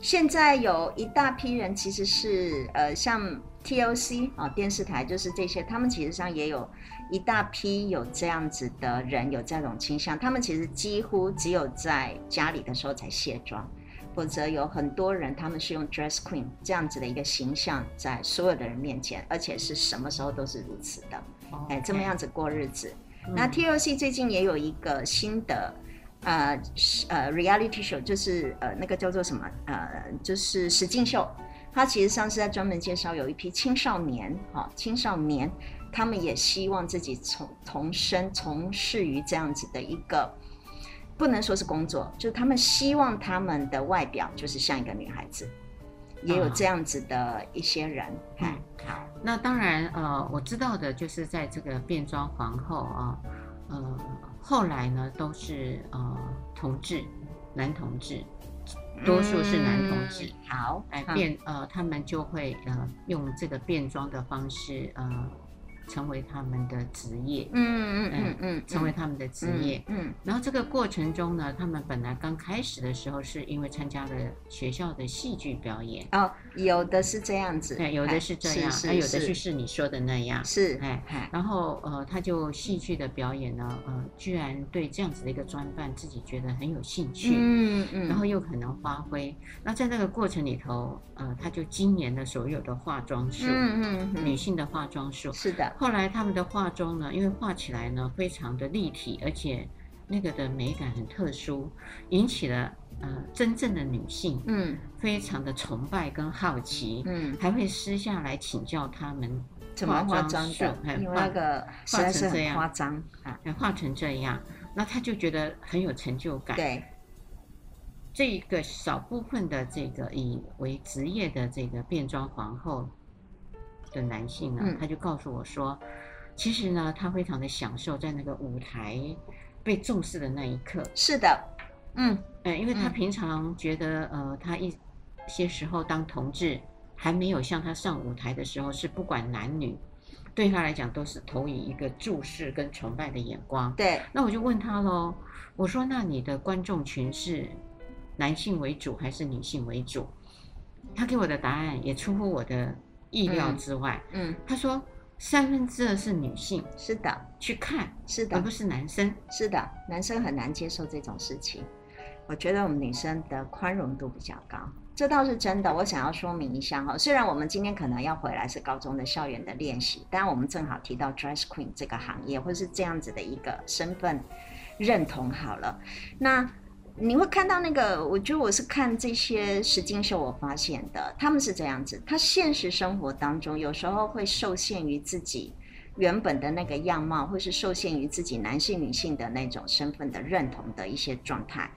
[SPEAKER 2] 现在有一大批人其实是呃，像 TLC 啊、电视台就是这些，他们其实上也有一大批有这样子的人有这种倾向，他们其实几乎只有在家里的时候才卸妆。否则有很多人，他们是用 dress queen 这样子的一个形象在所有的人面前，而且是什么时候都是如此的，
[SPEAKER 1] 哦
[SPEAKER 2] 哎，这么样子过日子。
[SPEAKER 1] 嗯
[SPEAKER 2] 那 TLC 最近也有一个新的呃是呃 reality show，就是呃那个叫做什么呃就是实境秀，它其实上是在专门介绍有一批青少年哈、青少年他们也希望自己从从身从事于这样子的一个。不能说是工作，就是他们希望他们的外表就是像一个女孩子，也有
[SPEAKER 1] 啊
[SPEAKER 2] 这样子的一些人。
[SPEAKER 1] 嗯
[SPEAKER 2] 哎好，
[SPEAKER 1] 那当然，呃，我知道的就是在这个变装皇后啊，呃，后来呢都是呃同志，男同志，多数是男同志
[SPEAKER 2] 嗯好，
[SPEAKER 1] 来
[SPEAKER 2] 嗯
[SPEAKER 1] 变呃，他们就会呃用这个变装的方式呃，成为他们的职业，
[SPEAKER 2] 嗯嗯嗯嗯，
[SPEAKER 1] 成为他们的职业。
[SPEAKER 2] 嗯，
[SPEAKER 1] 然后这个过程中呢，他们本来刚开始的时候是因为参加了学校的戏剧表演，
[SPEAKER 2] 嗯哦，有的是这样子，
[SPEAKER 1] 对，有的
[SPEAKER 2] 哎
[SPEAKER 1] 是这样，啊
[SPEAKER 2] 是
[SPEAKER 1] 那有的是
[SPEAKER 2] 是
[SPEAKER 1] 是你说的那样，
[SPEAKER 2] 是，
[SPEAKER 1] 哎
[SPEAKER 2] 哎，
[SPEAKER 1] 然后呃，他就戏剧的表演呢，呃，居然对这样子的一个专办自己觉得很有兴趣，
[SPEAKER 2] 嗯嗯，
[SPEAKER 1] 然后又很能发挥。那在那个过程里头，呃，他就精研了所有的化妆术，
[SPEAKER 2] 嗯嗯嗯
[SPEAKER 1] 女性的化妆术
[SPEAKER 2] 嗯，。是的，
[SPEAKER 1] 后来他们的化妆呢，因为画起来呢非常的立体，而且那个的美感很特殊，引起了呃真正的女性
[SPEAKER 2] 嗯
[SPEAKER 1] 非常的崇拜跟好奇，
[SPEAKER 2] 嗯
[SPEAKER 1] 还会私下来请教他们
[SPEAKER 2] 怎么
[SPEAKER 1] 化
[SPEAKER 2] 化
[SPEAKER 1] 妆
[SPEAKER 2] 妆
[SPEAKER 1] 术
[SPEAKER 2] 的
[SPEAKER 1] 还，
[SPEAKER 2] 因为
[SPEAKER 1] 化
[SPEAKER 2] 那个实
[SPEAKER 1] 化成
[SPEAKER 2] 在是
[SPEAKER 1] 这
[SPEAKER 2] 很
[SPEAKER 1] 样
[SPEAKER 2] 夸张啊。
[SPEAKER 1] 哎画成这样，那他就觉得很有成就感。
[SPEAKER 2] 对，
[SPEAKER 1] 这一个少部分的这个以为职业的这个变装皇后的男性呢，
[SPEAKER 2] 嗯
[SPEAKER 1] 他就告诉我说，其实呢，他非常的享受在那个舞台被重视的那一刻，
[SPEAKER 2] 是的，嗯，
[SPEAKER 1] 嗯，因为他
[SPEAKER 2] 嗯
[SPEAKER 1] 平常觉得，呃，他一些时候当同志还没有像他上舞台的时候，是不管男女，对他来讲都是投以一个注视跟崇拜的眼光。
[SPEAKER 2] 对，
[SPEAKER 1] 那我就问他喽，我说那你的观众群是男性为主还是女性为主？他给我的答案也出乎我的意料
[SPEAKER 2] 嗯
[SPEAKER 1] 之外。
[SPEAKER 2] 嗯，
[SPEAKER 1] 他说三分之二是女性
[SPEAKER 2] 是的，
[SPEAKER 1] 去看，
[SPEAKER 2] 是
[SPEAKER 1] 而
[SPEAKER 2] 的
[SPEAKER 1] 不，是男生。
[SPEAKER 2] 是的，男生很难接受这种事情。我觉得我们女生的宽容度比较高，这倒是真的。我想要说明一下哈，虽然我们今天可能要回来是高中的校园的练习，但我们正好提到 dress queen 这个行业，或是这样子的一个身份认同好了。那你会看到那个，我觉得我是看这些实境秀，我发现的，他们是这样子，他现实生活当中有时候会受限于自己原本的那个样貌，或是受限于自己男性、女性的那种身份的认同的一些状态。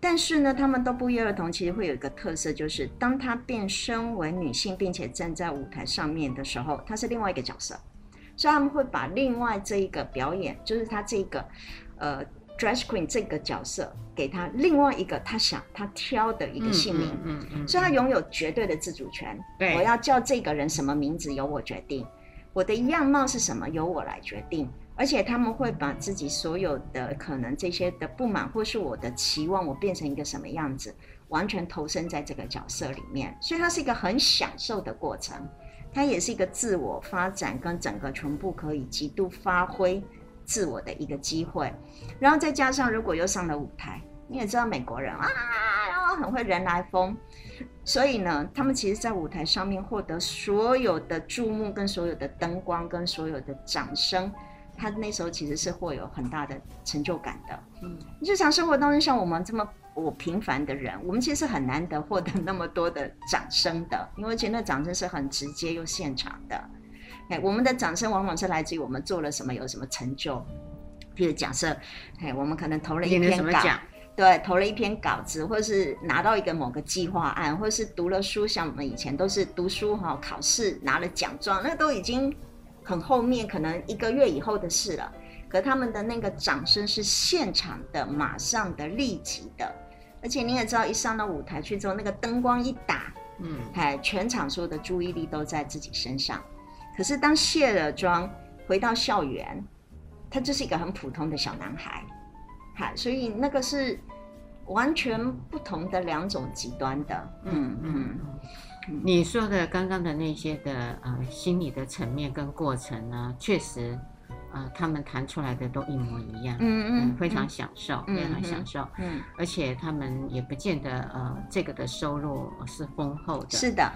[SPEAKER 2] 但是呢，他们都不约而同，其实会有一个特色，就是当他变身为女性，并且站在舞台上面的时候，他是另外一个角色，所以他们会把另外这一个表演，就是他这个呃 dress queen 这个角色，给他另外一个他想他挑的一个姓名，
[SPEAKER 1] 嗯嗯嗯嗯
[SPEAKER 2] 所以他拥有绝对的自主权。
[SPEAKER 1] 对
[SPEAKER 2] 我要叫这个人什么名字由我决定，我的样貌是什么由我来决定。而且他们会把自己所有的可能这些的不满，或是我的期望，我变成一个什么样子，完全投身在这个角色里面。所以它是一个很享受的过程，它也是一个自我发展跟整个全部可以极度发挥自我的一个机会。然后再加上如果又上了舞台，你也知道美国人啊，然后很会人来疯，所以呢，他们其实，在舞台上面获得所有的注目、跟所有的灯光、跟所有的掌声，他那时候其实是会有很大的成就感的。
[SPEAKER 1] 嗯
[SPEAKER 2] 日常生活当中，像我们这么我平凡的人，我们其实很难得获得那么多的掌声的，因为其实那掌声是很直接又现场的。哎，我们的掌声往往是来自于我们做了什么，有什么成就。譬如假设，哎，我们可能投了一
[SPEAKER 1] 你了什
[SPEAKER 2] 篇
[SPEAKER 1] 么
[SPEAKER 2] 稿，
[SPEAKER 1] 奖？
[SPEAKER 2] 对，投了一篇稿子，或是拿到一个某个计划案，或是读了书，像我们以前都是读书哈、考试拿了奖状，那都已经很后面，可能一个月以后的事了。可他们的那个掌声是现场的、马上的、立即的，而且你也知道，一上到舞台去之后，那个灯光一打，
[SPEAKER 1] 嗯，
[SPEAKER 2] 哎，全场所有的注意力都在自己身上。可是当卸了妆回到校园，他就是一个很普通的小男孩，哈，所以那个是完全不同的两种极端的。嗯嗯，
[SPEAKER 1] 你说的刚刚的那些的呃心理的层面跟过程呢，确实，呃，他们谈出来的都一模一样，
[SPEAKER 2] 嗯嗯
[SPEAKER 1] 非常享受，
[SPEAKER 2] 嗯
[SPEAKER 1] 非常
[SPEAKER 2] 嗯
[SPEAKER 1] 享受，
[SPEAKER 2] 嗯，
[SPEAKER 1] 而且他们也不见得呃这个的收入是丰厚的，
[SPEAKER 2] 是的，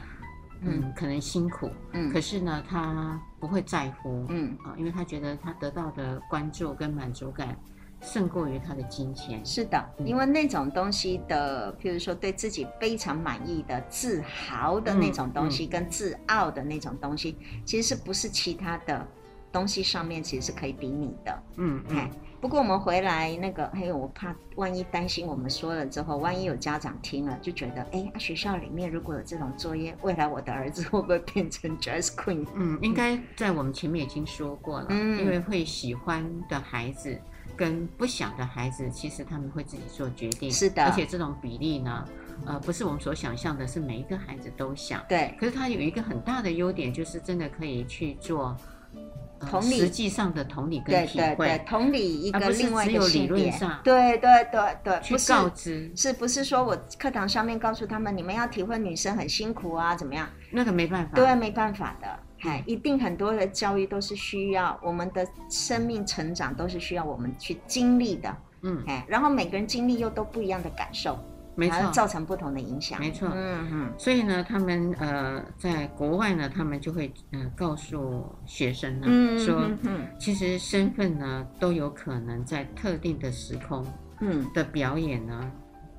[SPEAKER 2] 嗯
[SPEAKER 1] 嗯，可能辛苦，
[SPEAKER 2] 嗯
[SPEAKER 1] 可是呢，他不会在乎，
[SPEAKER 2] 嗯，
[SPEAKER 1] 啊、因为他觉得他得到的关注跟满足感胜过于他的金钱，
[SPEAKER 2] 是的，
[SPEAKER 1] 嗯
[SPEAKER 2] 因为那种东西的，譬如说对自己非常满意的、自豪的那种东西，
[SPEAKER 1] 嗯嗯
[SPEAKER 2] 跟自傲的那种东西，其实是不是其他的东西上面其实是可以比拟的。
[SPEAKER 1] 嗯
[SPEAKER 2] 哎
[SPEAKER 1] 嗯，
[SPEAKER 2] 不过我们回来那个，还有我怕万一担心我们说了之后，万一有家长听了就觉得，哎、啊学校里面如果有这种作业，未来我的儿子会不会变成 dress queen？
[SPEAKER 1] 嗯，应该在我们前面已经说过了，
[SPEAKER 2] 嗯
[SPEAKER 1] 因为会喜欢的孩子跟不想的孩子，其实他们会自己做决定，
[SPEAKER 2] 是的
[SPEAKER 1] 而且这种比例呢，呃，不是我们所想象的，是每一个孩子都想。
[SPEAKER 2] 对，
[SPEAKER 1] 可是他有一个很大的优点，就是真的可以去做，呃
[SPEAKER 2] 同理
[SPEAKER 1] 实际上的同理跟
[SPEAKER 2] 对
[SPEAKER 1] 体
[SPEAKER 2] 对对
[SPEAKER 1] 会，，
[SPEAKER 2] 同理一
[SPEAKER 1] 而
[SPEAKER 2] 个
[SPEAKER 1] 不是
[SPEAKER 2] 另外一
[SPEAKER 1] 只
[SPEAKER 2] 个
[SPEAKER 1] 有理
[SPEAKER 2] 性
[SPEAKER 1] 论
[SPEAKER 2] 别
[SPEAKER 1] 上，
[SPEAKER 2] 对对对对，
[SPEAKER 1] 去
[SPEAKER 2] 不是
[SPEAKER 1] 告知
[SPEAKER 2] 是不是说我课堂上面告诉他们，你们要体会女生很辛苦啊，怎么样？
[SPEAKER 1] 那个没办法。
[SPEAKER 2] 对，没啊办法的，哎，一定很多的教育都是需要我们的生命成长都是需要我们去经历的，
[SPEAKER 1] 嗯，
[SPEAKER 2] 哎，然后每个人经历又都不一样的感受，
[SPEAKER 1] 没
[SPEAKER 2] 然后
[SPEAKER 1] 错。
[SPEAKER 2] 造成不同的影响，
[SPEAKER 1] 没错
[SPEAKER 2] 嗯嗯，
[SPEAKER 1] 所以呢，他们呃，在国外呢，他们就会呃告诉学生呢，说
[SPEAKER 2] 嗯嗯
[SPEAKER 1] 其实身份呢，都有可能在特定的时空
[SPEAKER 2] 嗯，
[SPEAKER 1] 的表演呢，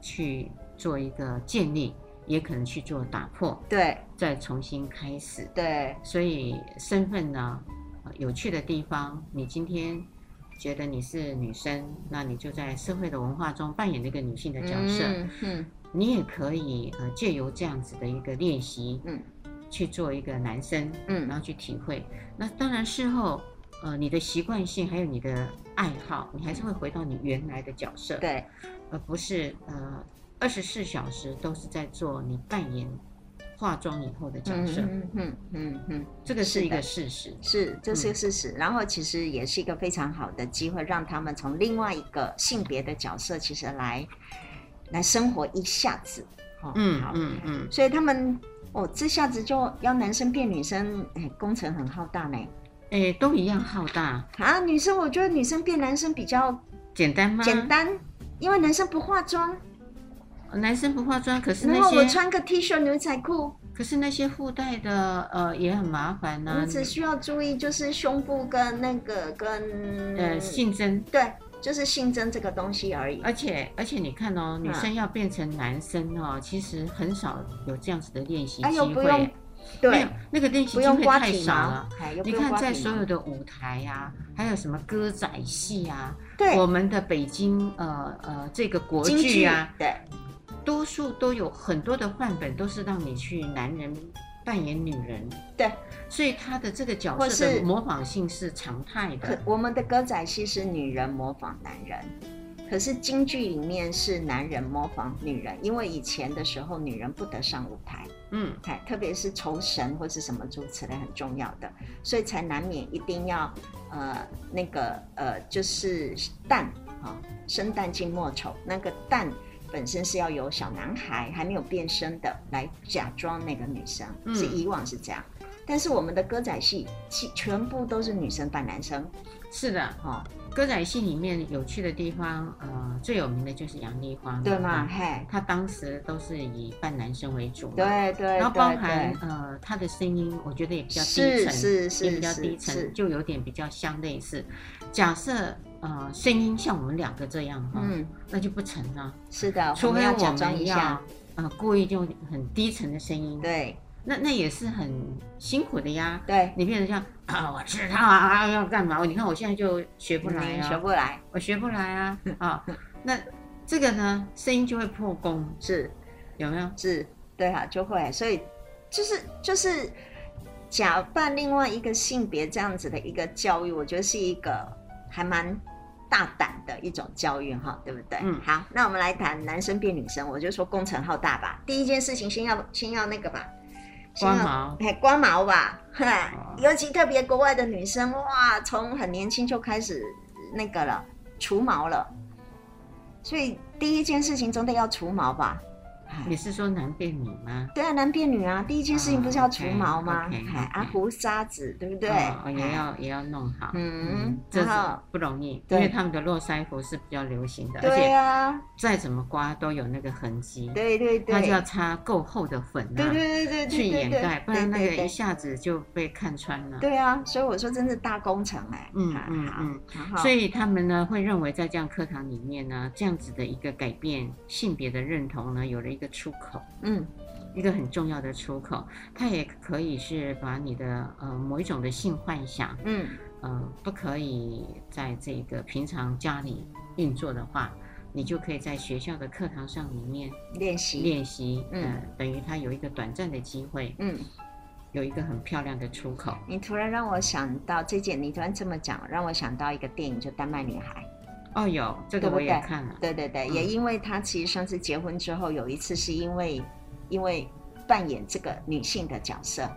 [SPEAKER 1] 去做一个建立，也可能去做打破，
[SPEAKER 2] 对
[SPEAKER 1] 再重新开始。
[SPEAKER 2] 对
[SPEAKER 1] 所以身份呢，呃有趣的地方，你今天觉得你是女生，那你就在社会的文化中扮演那个女性的角色。
[SPEAKER 2] 嗯嗯
[SPEAKER 1] 你也可以呃借由这样子的一个练习，
[SPEAKER 2] 嗯
[SPEAKER 1] 去做一个男生，然
[SPEAKER 2] 嗯
[SPEAKER 1] 后去体会。那当然事后，呃，你的习惯性还有你的爱好，你还是会回到你原来的角色，
[SPEAKER 2] 对
[SPEAKER 1] 而不是呃二十四小时都是在做你扮演化妆以后的角色。
[SPEAKER 2] 嗯嗯嗯嗯，
[SPEAKER 1] 这个是一
[SPEAKER 2] 是的
[SPEAKER 1] 个事实。
[SPEAKER 2] 是这是
[SPEAKER 1] 嗯
[SPEAKER 2] 事实。然后其实也是一个非常好的机会，让他们从另外一个性别的角色，其实来来生活一下子。哦
[SPEAKER 1] 嗯
[SPEAKER 2] 好，
[SPEAKER 1] 嗯嗯，
[SPEAKER 2] 所以他们哦，这下子就要男生变女生，哎，工程很浩大呢。
[SPEAKER 1] 哎，都一样浩大，
[SPEAKER 2] 啊，女生我觉得女生变男生比较
[SPEAKER 1] 简单吗？
[SPEAKER 2] 简。单，因为男生不化妆，
[SPEAKER 1] 男生不化妆，可是
[SPEAKER 2] 然后我
[SPEAKER 1] 那些
[SPEAKER 2] 穿个 T 恤牛仔裤，
[SPEAKER 1] 可是那些附带的呃也很麻烦呐、
[SPEAKER 2] 我只需要注意就是胸部跟那个跟
[SPEAKER 1] 呃性征，
[SPEAKER 2] 对，就是性征这个东西而已。
[SPEAKER 1] 而且而且你看哦，
[SPEAKER 2] 嗯
[SPEAKER 1] 女生要变成男生哦，其实很少有这样子的练习
[SPEAKER 2] 哎
[SPEAKER 1] 机
[SPEAKER 2] 呦，不
[SPEAKER 1] 会，
[SPEAKER 2] 用，
[SPEAKER 1] 没
[SPEAKER 2] 对
[SPEAKER 1] 有，那个练习
[SPEAKER 2] 不
[SPEAKER 1] 机
[SPEAKER 2] 用
[SPEAKER 1] 会
[SPEAKER 2] 刮
[SPEAKER 1] 太
[SPEAKER 2] 体
[SPEAKER 1] 少
[SPEAKER 2] 毛
[SPEAKER 1] 了。，
[SPEAKER 2] 哎，又不
[SPEAKER 1] 你
[SPEAKER 2] 用
[SPEAKER 1] 看，
[SPEAKER 2] 刮
[SPEAKER 1] 在
[SPEAKER 2] 体
[SPEAKER 1] 所有
[SPEAKER 2] 毛。
[SPEAKER 1] 的舞台呀、还有什么歌仔戏啊，我
[SPEAKER 2] 对，
[SPEAKER 1] 们的北京呃呃这个国
[SPEAKER 2] 京
[SPEAKER 1] 剧啊，，
[SPEAKER 2] 对，
[SPEAKER 1] 多数都有很多的范本都是让你去男人扮演女人，
[SPEAKER 2] 对，
[SPEAKER 1] 所以他的这个角
[SPEAKER 2] 或
[SPEAKER 1] 色
[SPEAKER 2] 是
[SPEAKER 1] 的模仿性是常态
[SPEAKER 2] 可
[SPEAKER 1] 的，
[SPEAKER 2] 我们的歌仔戏是女人模仿男人，可是京剧里面是男人模仿女人，因为以前的时候女人不得上舞台，
[SPEAKER 1] 嗯
[SPEAKER 2] 哎，特别是酬神或是什么诸此类很重要的，所以才难免一定要呃那个呃就是旦啊、生旦净末丑，那个旦本身是要由小男孩还没有变身的来假装那个女生，
[SPEAKER 1] 嗯
[SPEAKER 2] 是以往是这样。但是我们的歌仔戏，其全部都是女生扮男生，
[SPEAKER 1] 是的。
[SPEAKER 2] 哦，
[SPEAKER 1] 歌仔戏里面有趣的地方，呃，最有名的就是杨丽花，
[SPEAKER 2] 对嘛？？嘿，
[SPEAKER 1] 她当时都是以扮男生为主嘛，
[SPEAKER 2] 对对
[SPEAKER 1] 然后包
[SPEAKER 2] 对
[SPEAKER 1] 含
[SPEAKER 2] 对，
[SPEAKER 1] 呃，她的声音，我觉得也比较低
[SPEAKER 2] 是
[SPEAKER 1] 沉，
[SPEAKER 2] 是
[SPEAKER 1] 也
[SPEAKER 2] 是
[SPEAKER 1] 比较低
[SPEAKER 2] 是是
[SPEAKER 1] 沉，，就有点比较相类似。假设呃，声音像我们两个这样哈、
[SPEAKER 2] 嗯，
[SPEAKER 1] 那就不成了，
[SPEAKER 2] 是的，
[SPEAKER 1] 除
[SPEAKER 2] 我们
[SPEAKER 1] 非
[SPEAKER 2] 要
[SPEAKER 1] 我
[SPEAKER 2] 假装
[SPEAKER 1] 们
[SPEAKER 2] 一下
[SPEAKER 1] 要，呃故意用很低沉的声音，
[SPEAKER 2] 对
[SPEAKER 1] 那那也是很辛苦的呀。
[SPEAKER 2] 对，
[SPEAKER 1] 你变成这样啊，我知道啊，要干嘛？你看我现在就学不来
[SPEAKER 2] 嗯
[SPEAKER 1] 啊，
[SPEAKER 2] 学不嗯来，
[SPEAKER 1] 我学不来啊啊、那这个呢，声音就会破功，
[SPEAKER 2] 是
[SPEAKER 1] 有没有？
[SPEAKER 2] 是，对啊，就会，所以就是就是假扮另外一个性别这样子的一个教育，我觉得是一个还蛮。大胆的一种教育哈，对不对？
[SPEAKER 1] 嗯
[SPEAKER 2] 好，那我们来谈男生变女生，我就说工程浩大吧。第一件事情先要先要那个吧，先
[SPEAKER 1] 光
[SPEAKER 2] 要
[SPEAKER 1] 毛，
[SPEAKER 2] 哎，刮毛吧，嘿
[SPEAKER 1] 哦
[SPEAKER 2] 尤其特别国外的女生，哇，从很年轻就开始那个了，除毛了。所以第一件事情总得要除毛吧？哎
[SPEAKER 1] 你是说男变女吗？
[SPEAKER 2] 对啊，男变女啊，第一件事情不是要除毛吗？
[SPEAKER 1] OK，OK，
[SPEAKER 2] 哎啊，
[SPEAKER 1] OK
[SPEAKER 2] 胡渣子，对不对？
[SPEAKER 1] 哦也
[SPEAKER 2] 哎
[SPEAKER 1] 要也要弄好，
[SPEAKER 2] 嗯
[SPEAKER 1] 这是
[SPEAKER 2] 然后
[SPEAKER 1] 不容易，因
[SPEAKER 2] 对
[SPEAKER 1] 为他们的络腮胡是比较流行的，而
[SPEAKER 2] 对
[SPEAKER 1] 且
[SPEAKER 2] 啊，
[SPEAKER 1] 再怎么刮都有那个痕迹，
[SPEAKER 2] 对对
[SPEAKER 1] 那
[SPEAKER 2] 对，
[SPEAKER 1] 就要
[SPEAKER 2] 对
[SPEAKER 1] 擦够厚的粉啊，
[SPEAKER 2] 对对对对
[SPEAKER 1] 去掩盖，不然那
[SPEAKER 2] 对对
[SPEAKER 1] 个
[SPEAKER 2] 对
[SPEAKER 1] 一下子就被看穿了。
[SPEAKER 2] 对啊，所以我说真是大工程哎，
[SPEAKER 1] 嗯
[SPEAKER 2] 啊
[SPEAKER 1] 嗯
[SPEAKER 2] 好
[SPEAKER 1] 嗯，
[SPEAKER 2] 然后
[SPEAKER 1] 所以他们呢会认为在这样课堂里面呢，这样子的一个改变性别的认同呢，有了一个出口，
[SPEAKER 2] 嗯
[SPEAKER 1] 一个很重要的出口。它也可以是把你的呃某一种的性幻想，
[SPEAKER 2] 嗯
[SPEAKER 1] 呃，不可以在这个平常家里运作的话，你就可以在学校的课堂上里面
[SPEAKER 2] 练习，
[SPEAKER 1] 练习，
[SPEAKER 2] 嗯
[SPEAKER 1] 呃，等于它有一个短暂的机会，
[SPEAKER 2] 嗯。
[SPEAKER 1] 有一个很漂亮的出口。
[SPEAKER 2] 你突然让我想到这件，你突然这么讲，让我想到一个电影，就《丹麦女孩
[SPEAKER 1] 哦，有这个
[SPEAKER 2] 对不
[SPEAKER 1] 我也
[SPEAKER 2] 对
[SPEAKER 1] 看了》。，
[SPEAKER 2] 对对对，
[SPEAKER 1] 嗯
[SPEAKER 2] 也因为她其实上次结婚之后，有一次是因为因为扮演这个女性的角色，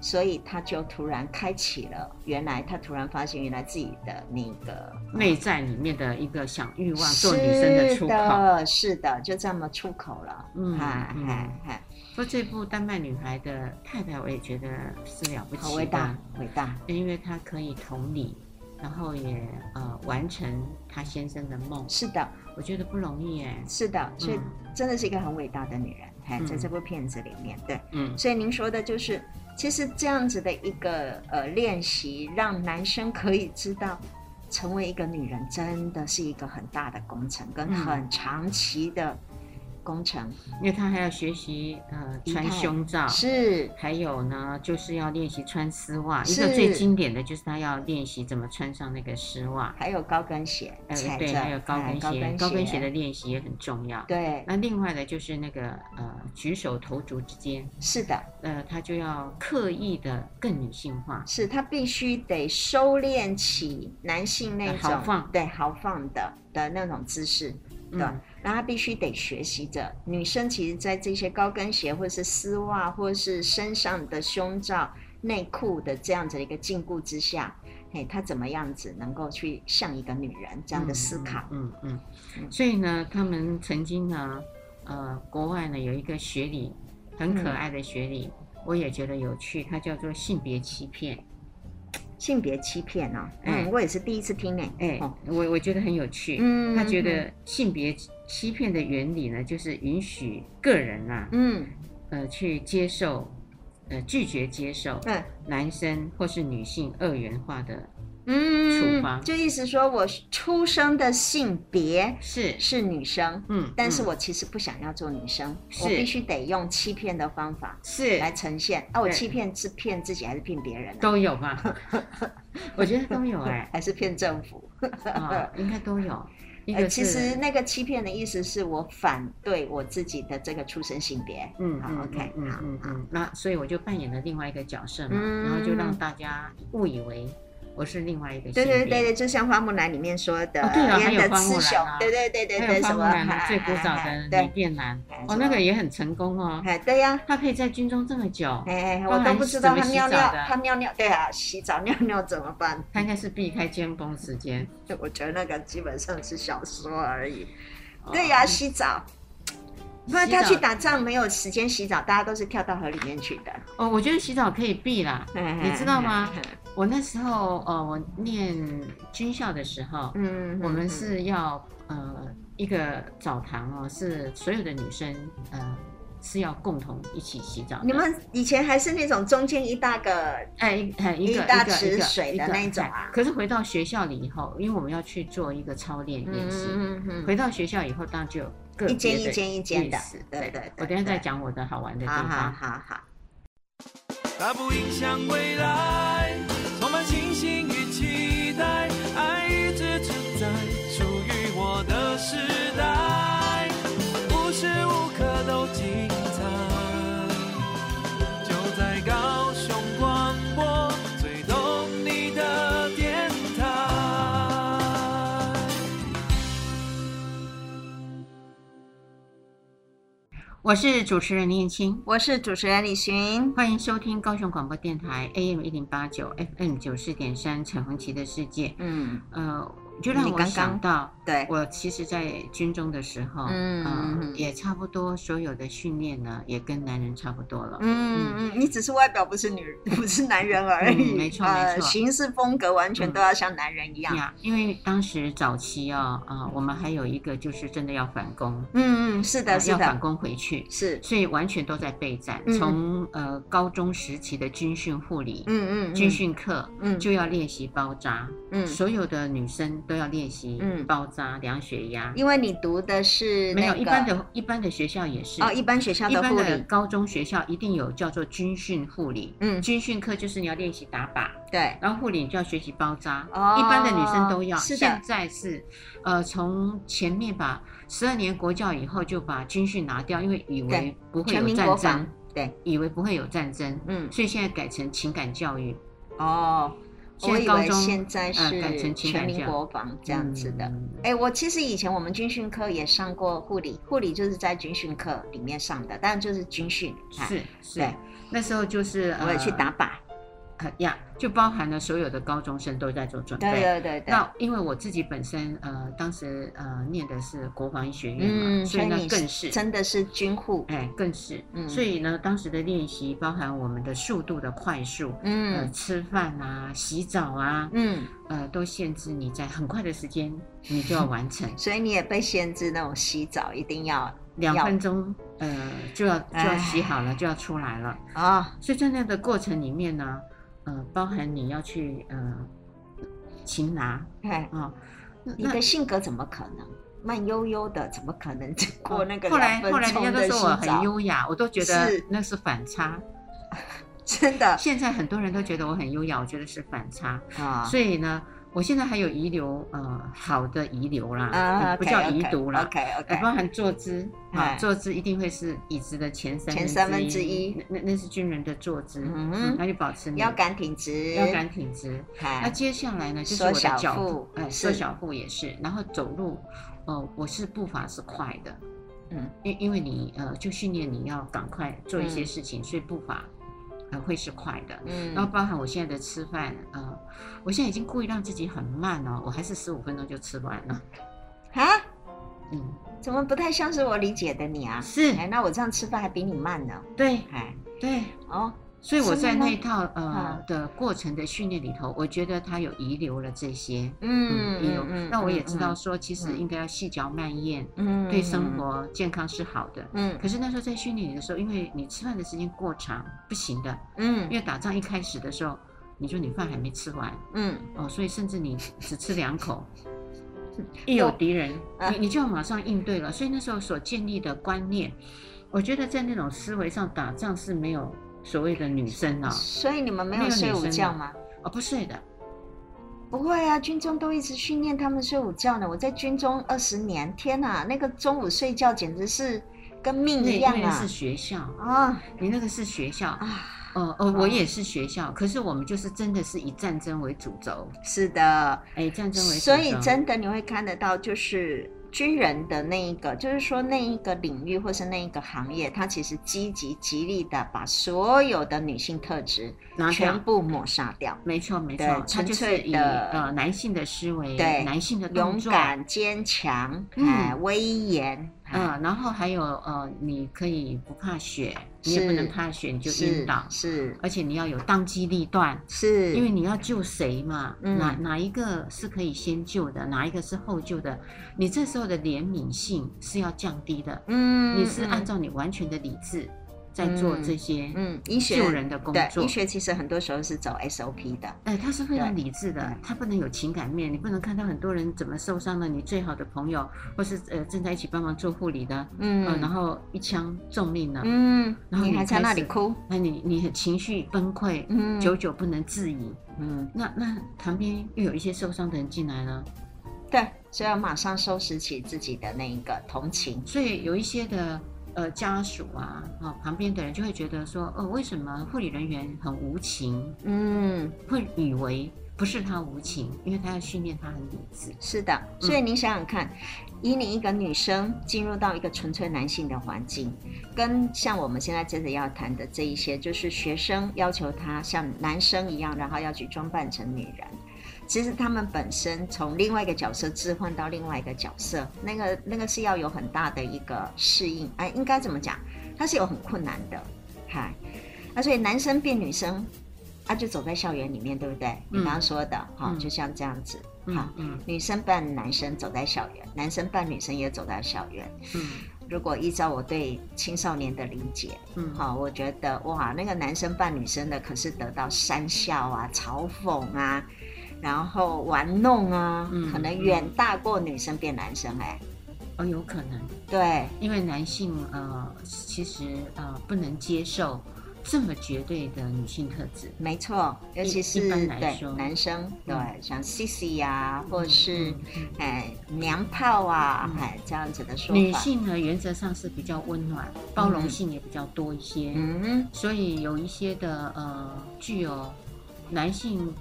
[SPEAKER 2] 所以她就突然开启了，原来她突然发现，原来自己的那个
[SPEAKER 1] 内在里面的一个想欲望做女生的出
[SPEAKER 2] 是
[SPEAKER 1] 口。
[SPEAKER 2] 的，是的，就这么出口了。
[SPEAKER 1] 嗯
[SPEAKER 2] 嗨
[SPEAKER 1] 嗯
[SPEAKER 2] 嗨嗨，
[SPEAKER 1] 说这部《丹麦女孩的太太》，我也觉得是了不
[SPEAKER 2] 好
[SPEAKER 1] 起
[SPEAKER 2] 伟大
[SPEAKER 1] 的，，
[SPEAKER 2] 伟大，
[SPEAKER 1] 因为她可以同理，然后也呃完成她先生的梦，
[SPEAKER 2] 是的，
[SPEAKER 1] 我觉得不容易耶。
[SPEAKER 2] 是的，所以
[SPEAKER 1] 嗯
[SPEAKER 2] 真的是一个很伟大的女人。哎，在
[SPEAKER 1] 嗯
[SPEAKER 2] 这部片子里面，对。
[SPEAKER 1] 嗯，
[SPEAKER 2] 所以您说的就是，其实这样子的一个呃练习，让男生可以知道，成为一个女人真的是一个很大的工程，跟
[SPEAKER 1] 嗯
[SPEAKER 2] 很长期的工程，
[SPEAKER 1] 因为他还要学习呃
[SPEAKER 2] 仪
[SPEAKER 1] 穿
[SPEAKER 2] 态
[SPEAKER 1] 胸罩，
[SPEAKER 2] 是
[SPEAKER 1] 还有呢就是要练习穿丝袜。一
[SPEAKER 2] 是
[SPEAKER 1] 个最经典的就是他要练习怎么穿上那个丝袜，
[SPEAKER 2] 还有高跟鞋，
[SPEAKER 1] 呃
[SPEAKER 2] 踩
[SPEAKER 1] 对，
[SPEAKER 2] 着
[SPEAKER 1] 还有高
[SPEAKER 2] 哎
[SPEAKER 1] 跟
[SPEAKER 2] 高
[SPEAKER 1] 鞋，
[SPEAKER 2] 跟
[SPEAKER 1] 高跟
[SPEAKER 2] 鞋
[SPEAKER 1] 鞋的练习也很重要。
[SPEAKER 2] 对，
[SPEAKER 1] 那另外的就是那个呃举手投足之间，
[SPEAKER 2] 是的，
[SPEAKER 1] 呃他就要刻意的更女性化，
[SPEAKER 2] 是他必须得收敛起男性那
[SPEAKER 1] 呃
[SPEAKER 2] 种
[SPEAKER 1] 豪放
[SPEAKER 2] 对豪放的的那种姿势，对，
[SPEAKER 1] 嗯
[SPEAKER 2] 然后他必须得学习着。女生其实，在这些高跟鞋或是丝袜或是身上的胸罩、内裤的这样子的一个禁锢之下，嘿，她怎么样子能够去像一个女人这样的思考？
[SPEAKER 1] 嗯嗯嗯
[SPEAKER 2] 嗯
[SPEAKER 1] 所以呢，他们曾经呢，呃，国外呢有一个学理，很可
[SPEAKER 2] 嗯
[SPEAKER 1] 爱的学理，我也觉得有趣，它叫做性别欺骗。
[SPEAKER 2] 性别欺骗哦，
[SPEAKER 1] 哎
[SPEAKER 2] 嗯，我也是第一次听呢、
[SPEAKER 1] 哎、
[SPEAKER 2] 哦
[SPEAKER 1] 我我觉得很有趣。
[SPEAKER 2] 嗯
[SPEAKER 1] 他觉得性别欺骗的原理呢，就是允许个人啊，
[SPEAKER 2] 嗯
[SPEAKER 1] 呃，去接受，呃，拒绝接受
[SPEAKER 2] 嗯
[SPEAKER 1] 男生或是女性二元化的处罚
[SPEAKER 2] 嗯，就意思说我出生的性别
[SPEAKER 1] 是，
[SPEAKER 2] 是女生，
[SPEAKER 1] 嗯，
[SPEAKER 2] 但是
[SPEAKER 1] 嗯
[SPEAKER 2] 我其实不想要做女生，
[SPEAKER 1] 是
[SPEAKER 2] 我必须得用欺骗的方法
[SPEAKER 1] 是
[SPEAKER 2] 来呈现。啊，我
[SPEAKER 1] 对
[SPEAKER 2] 欺骗是骗自己还是骗别人啊？
[SPEAKER 1] 都有 吧？我觉得都有哎、
[SPEAKER 2] 还是骗政府？
[SPEAKER 1] 啊，应该都有。一
[SPEAKER 2] 呃，
[SPEAKER 1] 个
[SPEAKER 2] 其实
[SPEAKER 1] 是，
[SPEAKER 2] 那个欺骗的意思是我反对我自己的这个出生性别。
[SPEAKER 1] 嗯
[SPEAKER 2] 好
[SPEAKER 1] 嗯
[SPEAKER 2] ，OK，
[SPEAKER 1] 嗯
[SPEAKER 2] 好
[SPEAKER 1] 嗯嗯，那所以我就扮演了另外一个角色嘛，
[SPEAKER 2] 嗯
[SPEAKER 1] 然后就让大家误以为我是另外一个性
[SPEAKER 2] 对对
[SPEAKER 1] 别。
[SPEAKER 2] 对对，就像花木兰里面说的
[SPEAKER 1] 哦对啊还有
[SPEAKER 2] 演的
[SPEAKER 1] 花木
[SPEAKER 2] 雌
[SPEAKER 1] 兰
[SPEAKER 2] 雄
[SPEAKER 1] 啊，
[SPEAKER 2] 对对对对
[SPEAKER 1] 还有
[SPEAKER 2] 对，
[SPEAKER 1] 花
[SPEAKER 2] 什
[SPEAKER 1] 木
[SPEAKER 2] 么
[SPEAKER 1] 兰的
[SPEAKER 2] 哎
[SPEAKER 1] 最古早
[SPEAKER 2] 哎哎
[SPEAKER 1] 的
[SPEAKER 2] 对
[SPEAKER 1] 李变男
[SPEAKER 2] 哎，
[SPEAKER 1] 哦，
[SPEAKER 2] 什
[SPEAKER 1] 那
[SPEAKER 2] 么
[SPEAKER 1] 个也哦很成功哦，
[SPEAKER 2] 哎，对呀、
[SPEAKER 1] 他可以在军中这么久，
[SPEAKER 2] 哎，
[SPEAKER 1] 包
[SPEAKER 2] 我
[SPEAKER 1] 含
[SPEAKER 2] 都不知道
[SPEAKER 1] 怎么
[SPEAKER 2] 他
[SPEAKER 1] 洗
[SPEAKER 2] 尿
[SPEAKER 1] 澡
[SPEAKER 2] 尿
[SPEAKER 1] 的，
[SPEAKER 2] 他尿尿，对啊，洗澡尿尿怎么办？
[SPEAKER 1] 他应该是避开尖峰时间。
[SPEAKER 2] 我觉得那个基本上是小说而已。
[SPEAKER 1] 哦
[SPEAKER 2] 对呀、洗澡。不然
[SPEAKER 1] 洗
[SPEAKER 2] 他去
[SPEAKER 1] 澡
[SPEAKER 2] 打仗没有时间洗澡，大家都是跳到河里面去的。
[SPEAKER 1] 哦，我觉得洗澡可以避啦。你知道吗？我那时候，呃，我念军校的时候，
[SPEAKER 2] 嗯，
[SPEAKER 1] 我们是要呃一个澡堂哦，是所有的女生呃是要共同一起洗澡的。
[SPEAKER 2] 你们以前还是那种中间一大个，
[SPEAKER 1] 哎一哎一
[SPEAKER 2] 一
[SPEAKER 1] 个
[SPEAKER 2] 大
[SPEAKER 1] 个
[SPEAKER 2] 池
[SPEAKER 1] 一个
[SPEAKER 2] 水的
[SPEAKER 1] 一个
[SPEAKER 2] 那一种啊
[SPEAKER 1] 哎可是回到学校里以后，因为我们要去做一个操练练习，
[SPEAKER 2] 嗯
[SPEAKER 1] 回到学校以后当然就有个
[SPEAKER 2] 一间
[SPEAKER 1] 别的
[SPEAKER 2] 一间一间的
[SPEAKER 1] 意思，
[SPEAKER 2] 对对对
[SPEAKER 1] 我等一下再
[SPEAKER 2] 对
[SPEAKER 1] 讲我的好玩的地
[SPEAKER 2] 好好
[SPEAKER 1] 方。
[SPEAKER 2] 好好，
[SPEAKER 3] 它不影响未来，充满信心与期待，爱一直存在，属于我的时代，无时无刻都精彩。就在高雄广播最懂你的电台。
[SPEAKER 1] 我是主持人念青，
[SPEAKER 2] 我是主持人李寻，
[SPEAKER 1] 欢迎收听高雄广播电台 AM 一零八九 FM 九四点三彩虹旗的世界。
[SPEAKER 2] 嗯，
[SPEAKER 1] 呃，就让
[SPEAKER 2] 你
[SPEAKER 1] 我
[SPEAKER 2] 刚刚
[SPEAKER 1] 想到。
[SPEAKER 2] 对，
[SPEAKER 1] 我其实，在军中的时候，
[SPEAKER 2] 嗯
[SPEAKER 1] 呃
[SPEAKER 2] 嗯
[SPEAKER 1] 也差不多，所有的训练呢，也跟男人差不多了。
[SPEAKER 2] 嗯嗯，你只是外表不是女， 不是男人而已，
[SPEAKER 1] 嗯没错
[SPEAKER 2] 呃
[SPEAKER 1] 没错
[SPEAKER 2] 行事风格完全都要像男人一样，
[SPEAKER 1] 呀，因为当时早期啊、哦，呃，我们还有一个就是真的要返工，
[SPEAKER 2] 嗯嗯，是
[SPEAKER 1] 呃
[SPEAKER 2] 的，是
[SPEAKER 1] 要返
[SPEAKER 2] 的，
[SPEAKER 1] 工回去，
[SPEAKER 2] 是，
[SPEAKER 1] 所以完全都在备战。
[SPEAKER 2] 嗯
[SPEAKER 1] 从呃高中时期的军训护理、
[SPEAKER 2] 嗯嗯，嗯
[SPEAKER 1] 军，训课，
[SPEAKER 2] 嗯
[SPEAKER 1] 就要练习包扎，
[SPEAKER 2] 嗯，
[SPEAKER 1] 所有的女生都要练习
[SPEAKER 2] 嗯
[SPEAKER 1] 包扎、量血压。
[SPEAKER 2] 因为你读的是
[SPEAKER 1] 没
[SPEAKER 2] 那
[SPEAKER 1] 有
[SPEAKER 2] 个
[SPEAKER 1] 一般的一般的学校也是
[SPEAKER 2] 哦，一般学校
[SPEAKER 1] 一
[SPEAKER 2] 的
[SPEAKER 1] 般
[SPEAKER 2] 护
[SPEAKER 1] 的嗯
[SPEAKER 2] 理，
[SPEAKER 1] 高中学校一定有叫做军训护理，
[SPEAKER 2] 嗯，
[SPEAKER 1] 军训课就是你要练习打靶，
[SPEAKER 2] 对，
[SPEAKER 1] 然后护理你就要学习包扎。
[SPEAKER 2] 哦
[SPEAKER 1] 一般的女生都要。
[SPEAKER 2] 是的
[SPEAKER 1] 现在是，呃，从前面把十二年国教以后就把军训拿掉，因为以为
[SPEAKER 2] 对
[SPEAKER 1] 不会
[SPEAKER 2] 全
[SPEAKER 1] 有
[SPEAKER 2] 民国
[SPEAKER 1] 战
[SPEAKER 2] 防
[SPEAKER 1] 争，，
[SPEAKER 2] 对，
[SPEAKER 1] 以为不会有战争，
[SPEAKER 2] 嗯，
[SPEAKER 1] 所以现在改成情感教育。
[SPEAKER 2] 哦，
[SPEAKER 1] 现
[SPEAKER 2] 我
[SPEAKER 1] 在
[SPEAKER 2] 以
[SPEAKER 1] 高
[SPEAKER 2] 为
[SPEAKER 1] 中
[SPEAKER 2] 现在
[SPEAKER 1] 呃改
[SPEAKER 2] 是
[SPEAKER 1] 成情
[SPEAKER 2] 全
[SPEAKER 1] 感
[SPEAKER 2] 民
[SPEAKER 1] 教育
[SPEAKER 2] 国防这样子的。
[SPEAKER 1] 嗯
[SPEAKER 2] 哎、我其实以前我们军训课也上过护理，护理就是在军训课里面上的，当然就是军训，哎，
[SPEAKER 1] 是是
[SPEAKER 2] 对，
[SPEAKER 1] 那时候就是
[SPEAKER 2] 我也去打，靶，
[SPEAKER 1] 呃呀，就包含了所有的高中生都在做准备。
[SPEAKER 2] 对对对对，
[SPEAKER 1] 那因为我自己本身呃，当时呃念的是国防医学院嘛，
[SPEAKER 2] 嗯，
[SPEAKER 1] 所以那
[SPEAKER 2] 你
[SPEAKER 1] 更是，
[SPEAKER 2] 真的是军护，
[SPEAKER 1] 哎，更是，
[SPEAKER 2] 嗯
[SPEAKER 1] 所以呢，当时的练习包含我们的速度的快速，呃，
[SPEAKER 2] 嗯
[SPEAKER 1] 吃饭啊、洗澡啊，
[SPEAKER 2] 嗯，，
[SPEAKER 1] 呃，都限制你在很快的时间你就要完成
[SPEAKER 2] 所以你也被限制那种洗澡一定要
[SPEAKER 1] 两
[SPEAKER 2] 要
[SPEAKER 1] 分钟呃就要就要洗好了，就要出来了。
[SPEAKER 2] 啊、
[SPEAKER 1] 所以在那个过程里面呢，呃，包含你要去呃擒拿
[SPEAKER 2] 哎，
[SPEAKER 1] 啊、哦，那
[SPEAKER 2] 你的性格怎么可能？慢悠悠的，怎么可能只过那个
[SPEAKER 1] 哦后来
[SPEAKER 2] 两分
[SPEAKER 1] 后来人
[SPEAKER 2] 钟
[SPEAKER 1] 家都
[SPEAKER 2] 的
[SPEAKER 1] 说我
[SPEAKER 2] 洗澡
[SPEAKER 1] 很？优雅，我都觉得
[SPEAKER 2] 是
[SPEAKER 1] 那是反差。
[SPEAKER 2] 真的
[SPEAKER 1] 现在很多人都觉得我很优雅，我觉得是反差。
[SPEAKER 2] 啊
[SPEAKER 1] 所以呢，我现在还有遗留，呃，好的遗留啦，
[SPEAKER 2] 啊，
[SPEAKER 1] 嗯不叫遗毒啦。
[SPEAKER 2] OK
[SPEAKER 1] 呃
[SPEAKER 2] OK，
[SPEAKER 1] 包含坐姿啊
[SPEAKER 2] 哎，
[SPEAKER 1] 坐姿一定会是椅子的前三
[SPEAKER 2] 前三分之一
[SPEAKER 1] 那那那是军人的坐姿，
[SPEAKER 2] 嗯
[SPEAKER 1] 嗯，那就保持你
[SPEAKER 2] 腰杆挺直，
[SPEAKER 1] 腰杆挺直。那
[SPEAKER 2] 哎，
[SPEAKER 1] 接下来呢，就是
[SPEAKER 2] 缩
[SPEAKER 1] 我的
[SPEAKER 2] 小
[SPEAKER 1] 脚
[SPEAKER 2] 腹
[SPEAKER 1] 步，哎，
[SPEAKER 2] 是
[SPEAKER 1] 缩小腹也是，然后走路，呃，我是步伐是快的，
[SPEAKER 2] 嗯，
[SPEAKER 1] 因因为你呃就训练你要赶快做一些
[SPEAKER 2] 嗯
[SPEAKER 1] 事情，所以步伐呃会是快的。
[SPEAKER 2] 嗯，
[SPEAKER 1] 然后包含我现在的吃饭，呃，我现在已经故意让自己很慢哦，我还是十五分钟就吃完了，
[SPEAKER 2] 啊，
[SPEAKER 1] 嗯，
[SPEAKER 2] 怎么不太像是我理解的你啊？
[SPEAKER 1] 是
[SPEAKER 2] 哎，那我这样吃饭还比你慢呢，
[SPEAKER 1] 对
[SPEAKER 2] 哎，
[SPEAKER 1] 对，
[SPEAKER 2] 哦，
[SPEAKER 1] 所以我
[SPEAKER 2] 是
[SPEAKER 1] 在
[SPEAKER 2] 吗
[SPEAKER 1] 那一套呃
[SPEAKER 2] 啊
[SPEAKER 1] 的过程的训练里头，我觉得它有遗留了这些，
[SPEAKER 2] 嗯
[SPEAKER 1] 遗留。那我也
[SPEAKER 2] 嗯
[SPEAKER 1] 知道说，其实应该要细嚼慢咽，
[SPEAKER 2] 嗯
[SPEAKER 1] 对生，活健康是好的。
[SPEAKER 2] 嗯
[SPEAKER 1] 可是那时候在训练你的时候，因为你吃饭的时间过长，不行的。
[SPEAKER 2] 嗯
[SPEAKER 1] 因为打仗一开始的时候，你说你饭还没吃完
[SPEAKER 2] 嗯
[SPEAKER 1] 哦，所以甚至你只吃两 口，一有敌人，
[SPEAKER 2] 啊
[SPEAKER 1] 你你就要马上应对了。所以那时候所建立的观念，我觉得在那种思维上，打仗是没有所谓的女生啊
[SPEAKER 2] 嗯，，所以你们没
[SPEAKER 1] 没
[SPEAKER 2] 有
[SPEAKER 1] 有
[SPEAKER 2] 睡
[SPEAKER 1] 女
[SPEAKER 2] 午
[SPEAKER 1] 生
[SPEAKER 2] 觉
[SPEAKER 1] 的
[SPEAKER 2] 吗？
[SPEAKER 1] 哦不睡的，
[SPEAKER 2] 不会啊，军中都一直训练他们睡午觉呢。我在军中二十年，天哪，那个中午睡觉简直是跟命一
[SPEAKER 1] 那
[SPEAKER 2] 样
[SPEAKER 1] 那个
[SPEAKER 2] 啊
[SPEAKER 1] 是！学校，
[SPEAKER 2] 啊
[SPEAKER 1] 你那个是学校。
[SPEAKER 2] 啊，
[SPEAKER 1] 哦哦，我也是学校，可是我们就是真的是以战争为主轴，
[SPEAKER 2] 是的，
[SPEAKER 1] 哎，战争为主轴，
[SPEAKER 2] 所以真的你会看得到，就是军人的那一个，就是说那一个领域或是那一个行业，它其实积极极力的把所有的女性特质
[SPEAKER 1] 拿
[SPEAKER 2] 全
[SPEAKER 1] 掉，
[SPEAKER 2] 部抹杀掉，
[SPEAKER 1] 没错没错
[SPEAKER 2] 对，
[SPEAKER 1] 它
[SPEAKER 2] 纯
[SPEAKER 1] 就是
[SPEAKER 2] 粹
[SPEAKER 1] 以
[SPEAKER 2] 的
[SPEAKER 1] 呃男性的思维，
[SPEAKER 2] 对
[SPEAKER 1] 男性的动
[SPEAKER 2] 勇
[SPEAKER 1] 作，
[SPEAKER 2] 敢、坚强、
[SPEAKER 1] 嗯
[SPEAKER 2] 哎，威严，
[SPEAKER 1] 嗯、
[SPEAKER 2] 哎，
[SPEAKER 1] 然后还有呃，你可以不怕血，你也不
[SPEAKER 2] 是
[SPEAKER 1] 能怕血，你就晕
[SPEAKER 2] 是
[SPEAKER 1] 倒，
[SPEAKER 2] 是
[SPEAKER 1] 而且你要有当机立断，
[SPEAKER 2] 是，
[SPEAKER 1] 因为你要救谁嘛，
[SPEAKER 2] 嗯
[SPEAKER 1] 哪哪一个是可以先救的，哪一个是后救的，你这时候的怜悯性是要降低的，
[SPEAKER 2] 嗯，
[SPEAKER 1] 你是按
[SPEAKER 2] 嗯
[SPEAKER 1] 照你完全的理智在做这些
[SPEAKER 2] 嗯医学
[SPEAKER 1] 救人的工
[SPEAKER 2] 对
[SPEAKER 1] 作
[SPEAKER 2] 医。学其实很多时候是走 SOP 的，
[SPEAKER 1] 哎，他是非常
[SPEAKER 2] 对
[SPEAKER 1] 理智的
[SPEAKER 2] 对，
[SPEAKER 1] 他不能有情感面，你不能看到很多人怎么受伤了，你最好的朋友或是呃正在一起帮忙做护理的，
[SPEAKER 2] 嗯
[SPEAKER 1] 呃，然后一枪中命了，
[SPEAKER 2] 嗯，
[SPEAKER 1] 然后
[SPEAKER 2] 你
[SPEAKER 1] 你
[SPEAKER 2] 还在
[SPEAKER 1] 开
[SPEAKER 2] 那里
[SPEAKER 1] 始
[SPEAKER 2] 哭，
[SPEAKER 1] 那你你很情绪崩溃，
[SPEAKER 2] 嗯，
[SPEAKER 1] 久久不能自已。
[SPEAKER 2] 嗯。
[SPEAKER 1] 那那旁边又有一些受伤的人进来了，
[SPEAKER 2] 对，所以要马上收拾起自己的那一个同情。
[SPEAKER 1] 所以有一些的呃家属啊，啊、旁边的人就会觉得说，哦，为什么护理人员很无情？
[SPEAKER 2] 嗯，
[SPEAKER 1] 会以为不是他无情，因为他要训练他很理智。
[SPEAKER 2] 是的。
[SPEAKER 1] 嗯
[SPEAKER 2] 所以你想想看，以你一个女生进入到一个纯粹男性的环境，跟像我们现在接着要谈的这一些，就是学生要求她像男生一样，然后要去装扮成女人。其实他们本身从另外一个角色置换到另外一个角色，那个那个是要有很大的一个适应，哎，应该怎么讲？它是有很困难的，嗨，啊，所以男生变女生，啊，就走在校园里面，对不对？你刚刚说的，哈、
[SPEAKER 1] 嗯
[SPEAKER 2] 就像这样子，
[SPEAKER 1] 嗯
[SPEAKER 2] 好
[SPEAKER 1] 嗯
[SPEAKER 2] 女生扮男生走在校园，男生扮女生也走在校园。
[SPEAKER 1] 嗯
[SPEAKER 2] 如果依照我对青少年的理解，
[SPEAKER 1] 嗯，
[SPEAKER 2] 好、我觉得哇，那个男生扮女生的可是得到讪笑啊、嘲讽啊，然后玩弄啊，
[SPEAKER 1] 嗯
[SPEAKER 2] 可能远大过女生变男生哎、
[SPEAKER 1] 哦，有可能，
[SPEAKER 2] 对，
[SPEAKER 1] 因为男性呃，其实呃不能接受这么绝对的女性特质。
[SPEAKER 2] 没错，尤其
[SPEAKER 1] 一
[SPEAKER 2] 是
[SPEAKER 1] 般来
[SPEAKER 2] 对
[SPEAKER 1] 说
[SPEAKER 2] 男生，对、
[SPEAKER 1] 嗯
[SPEAKER 2] 像 CC 呀、啊，或是、
[SPEAKER 1] 嗯嗯
[SPEAKER 2] 哎娘炮啊，
[SPEAKER 1] 嗯
[SPEAKER 2] 哎这样子的说法。
[SPEAKER 1] 女性呢，原则上是比较温暖，包容
[SPEAKER 2] 嗯
[SPEAKER 1] 性也比较多一些，
[SPEAKER 2] 嗯
[SPEAKER 1] 所以有一些的呃具有男性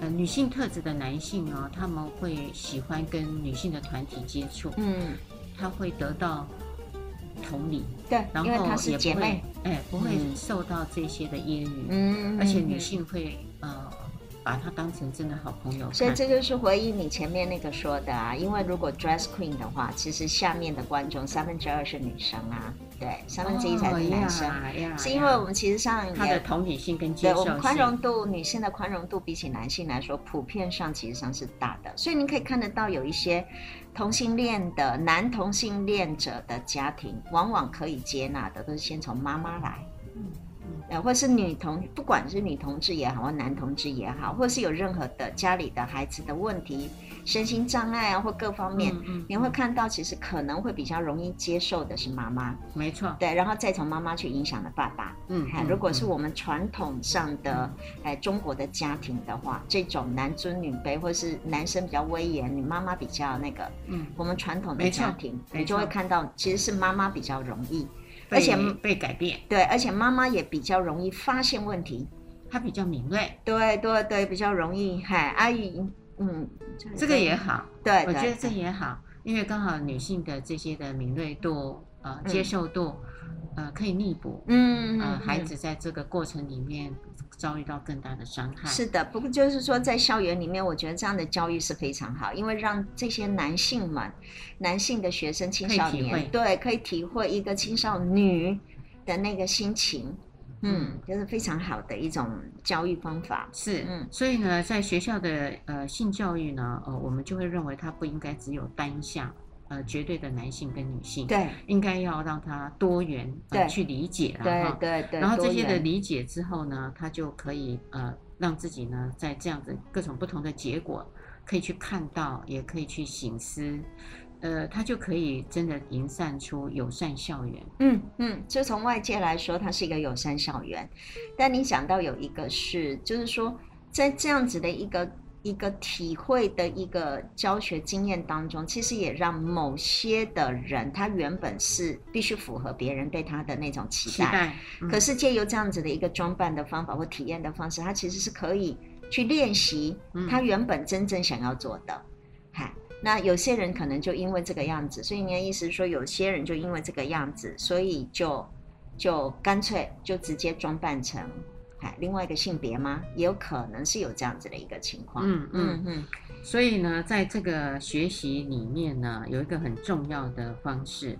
[SPEAKER 1] 呃女性特质的男性呢，他们会喜欢跟女性的团体接触，
[SPEAKER 2] 嗯，
[SPEAKER 1] 他会得到同理，
[SPEAKER 2] 对，
[SPEAKER 1] 然
[SPEAKER 2] 因为她
[SPEAKER 1] 后
[SPEAKER 2] 是
[SPEAKER 1] 也
[SPEAKER 2] 姐
[SPEAKER 1] 不
[SPEAKER 2] 妹
[SPEAKER 1] 会，哎不会
[SPEAKER 2] 嗯
[SPEAKER 1] 受到这些的揶揄，
[SPEAKER 2] 嗯，
[SPEAKER 1] 而且
[SPEAKER 2] 嗯
[SPEAKER 1] 女
[SPEAKER 2] 嗯
[SPEAKER 1] 性会呃把她当成真的好朋友看，
[SPEAKER 2] 所以这就是回应你前面那个说的啊，因为如果 dress queen 的话，其实下面的观众三分之二是女生啊，对，三分之一才是男生，
[SPEAKER 1] 哦呀呀
[SPEAKER 2] 是因为
[SPEAKER 1] 呀
[SPEAKER 2] 我们其实上
[SPEAKER 1] 她的
[SPEAKER 2] 也
[SPEAKER 1] 同理心跟接
[SPEAKER 2] 对
[SPEAKER 1] 受
[SPEAKER 2] 我
[SPEAKER 1] 性
[SPEAKER 2] 们宽容度，女性的宽容度比起男性来说，普遍上其实上是大的，所以你可以看得到有一些同性恋的男同性恋者的家庭，往往可以接纳的都是先从妈妈来
[SPEAKER 1] 嗯。
[SPEAKER 2] 呃，或是女同，不管是女同志也好，或男同志也好，或是有任何的家里的孩子的问题、身心障碍啊，或各方面，
[SPEAKER 1] 嗯嗯，
[SPEAKER 2] 你会看到其实可能会比较容易接受的是妈妈，
[SPEAKER 1] 没错，
[SPEAKER 2] 对，然后再从妈妈去影响了爸爸。
[SPEAKER 1] 嗯
[SPEAKER 2] 哎，，如果是我们传统上的哎中国的家庭的话，这种男尊女卑，或是男生比较威严，女妈妈比较那个，
[SPEAKER 1] 嗯，
[SPEAKER 2] 我们传统的
[SPEAKER 1] 没错
[SPEAKER 2] 家庭，
[SPEAKER 1] 没
[SPEAKER 2] 你就会
[SPEAKER 1] 错
[SPEAKER 2] 看到其实是妈妈比较容易，
[SPEAKER 1] 而
[SPEAKER 2] 而
[SPEAKER 1] 且
[SPEAKER 2] 且
[SPEAKER 1] 被改变，
[SPEAKER 2] 对，而且妈妈也比较容易发现问题，
[SPEAKER 1] 他比较敏锐，
[SPEAKER 2] 对对对，比较容易，嗨，阿姨，嗯，
[SPEAKER 1] 这个也好，
[SPEAKER 2] 对，
[SPEAKER 1] 我觉
[SPEAKER 2] 对
[SPEAKER 1] 得这也好，因为刚好女性的这些的敏锐度、呃
[SPEAKER 2] 嗯
[SPEAKER 1] 接受度，呃可以弥补，
[SPEAKER 2] 嗯，
[SPEAKER 1] 呃
[SPEAKER 2] 嗯
[SPEAKER 1] 孩
[SPEAKER 2] 嗯
[SPEAKER 1] 子在这个过程里面遭遇到更大的伤害。
[SPEAKER 2] 是的，不过就是说，在校园里面，我觉得这样的教育是非常好，因为让这些男性们、男性的学生、青
[SPEAKER 1] 可以
[SPEAKER 2] 少
[SPEAKER 1] 体会
[SPEAKER 2] 年，对，可以体会一个青少女的那个心情，嗯，就是非常好的一种教育方法。
[SPEAKER 1] 是，
[SPEAKER 2] 嗯
[SPEAKER 1] 所以呢，在学校的呃性教育呢，呃，我们就会认为它不应该只有单向，呃，绝对的男性跟女性，
[SPEAKER 2] 对，
[SPEAKER 1] 应该要让它多元、呃、
[SPEAKER 2] 对
[SPEAKER 1] 去理解啦
[SPEAKER 2] 对
[SPEAKER 1] 哈，。
[SPEAKER 2] 对对。
[SPEAKER 1] 然后这
[SPEAKER 2] 多
[SPEAKER 1] 些的
[SPEAKER 2] 元
[SPEAKER 1] 理解之后呢，他就可以呃让自己呢在这样子各种不同的结果可以去看到，也可以去醒思，呃，他就可以真的营散出友善校园。
[SPEAKER 2] 嗯嗯，就从外界来说，它是一个友善校园。但你讲到有一个是，就是说，在这样子的一个一个体会的一个教学经验当中，其实也让某些的人，他原本是必须符合别人对他的那种期
[SPEAKER 1] 期
[SPEAKER 2] 待，
[SPEAKER 1] 待，嗯
[SPEAKER 2] 可是借由这样子的一个装扮的方法或体验的方式，他其实是可以去练习
[SPEAKER 1] 嗯
[SPEAKER 2] 他原本真正想要做的。嗨、那有些人可能就因为这个样子，所以你的意思是说，有些人就因为这个样子，所以就就干脆就直接装扮成嗨另外一个性别吗？也有可能是有这样子的一个情况。
[SPEAKER 1] 嗯嗯，
[SPEAKER 2] 嗯
[SPEAKER 1] 所以呢，在这个学习里面呢，有一个很重要的方式，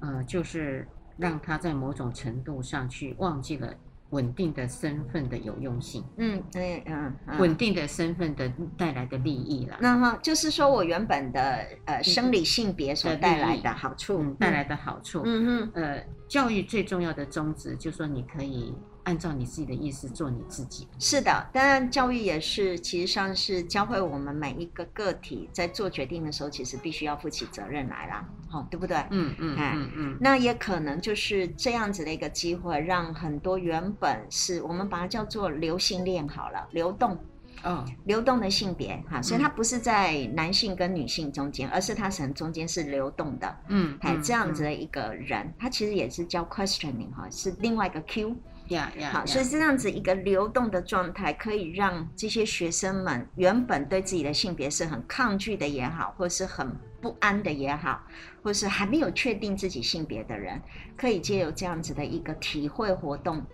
[SPEAKER 1] 呃，就是让他在某种程度上去忘记了稳定的身份的有用性，
[SPEAKER 2] 嗯嗯嗯嗯，
[SPEAKER 1] 稳定的身份的带来的利益啦。
[SPEAKER 2] 那哈，就是说我原本的呃生理性别所
[SPEAKER 1] 的利
[SPEAKER 2] 带来
[SPEAKER 1] 益
[SPEAKER 2] 的好处，
[SPEAKER 1] 嗯，带来的好处。
[SPEAKER 2] 嗯哼
[SPEAKER 1] 呃，教育最重要的宗旨就是说，你可以按照你自己的意思做你自己。
[SPEAKER 2] 是的，当然教育也是，其实上是教会我们每一个个体在做决定的时候，其实必须要负起责任来啦，哦，对不对？
[SPEAKER 1] 嗯嗯
[SPEAKER 2] 哎
[SPEAKER 1] 嗯嗯，
[SPEAKER 2] 那也可能就是这样子的一个机会，让很多原本是我们把它叫做流性恋好了，流动
[SPEAKER 1] 哦，
[SPEAKER 2] 流动的性别哈，所以
[SPEAKER 1] 嗯
[SPEAKER 2] 它不是在男性跟女性中间，而是它可能中间是流动的，
[SPEAKER 1] 嗯，
[SPEAKER 2] 哎，
[SPEAKER 1] 嗯
[SPEAKER 2] 这样子，的一个人，他其实也是叫 questioning 哈，是另外一个 Q，
[SPEAKER 1] 呀呀，
[SPEAKER 2] 好，所以这样子一个流动的状态，可以让这些学生们原本对自己的性别是很抗拒的也好，或是很不安的也好，或是还没有确定自己性别的人，可以借由这样子的一个体会活动，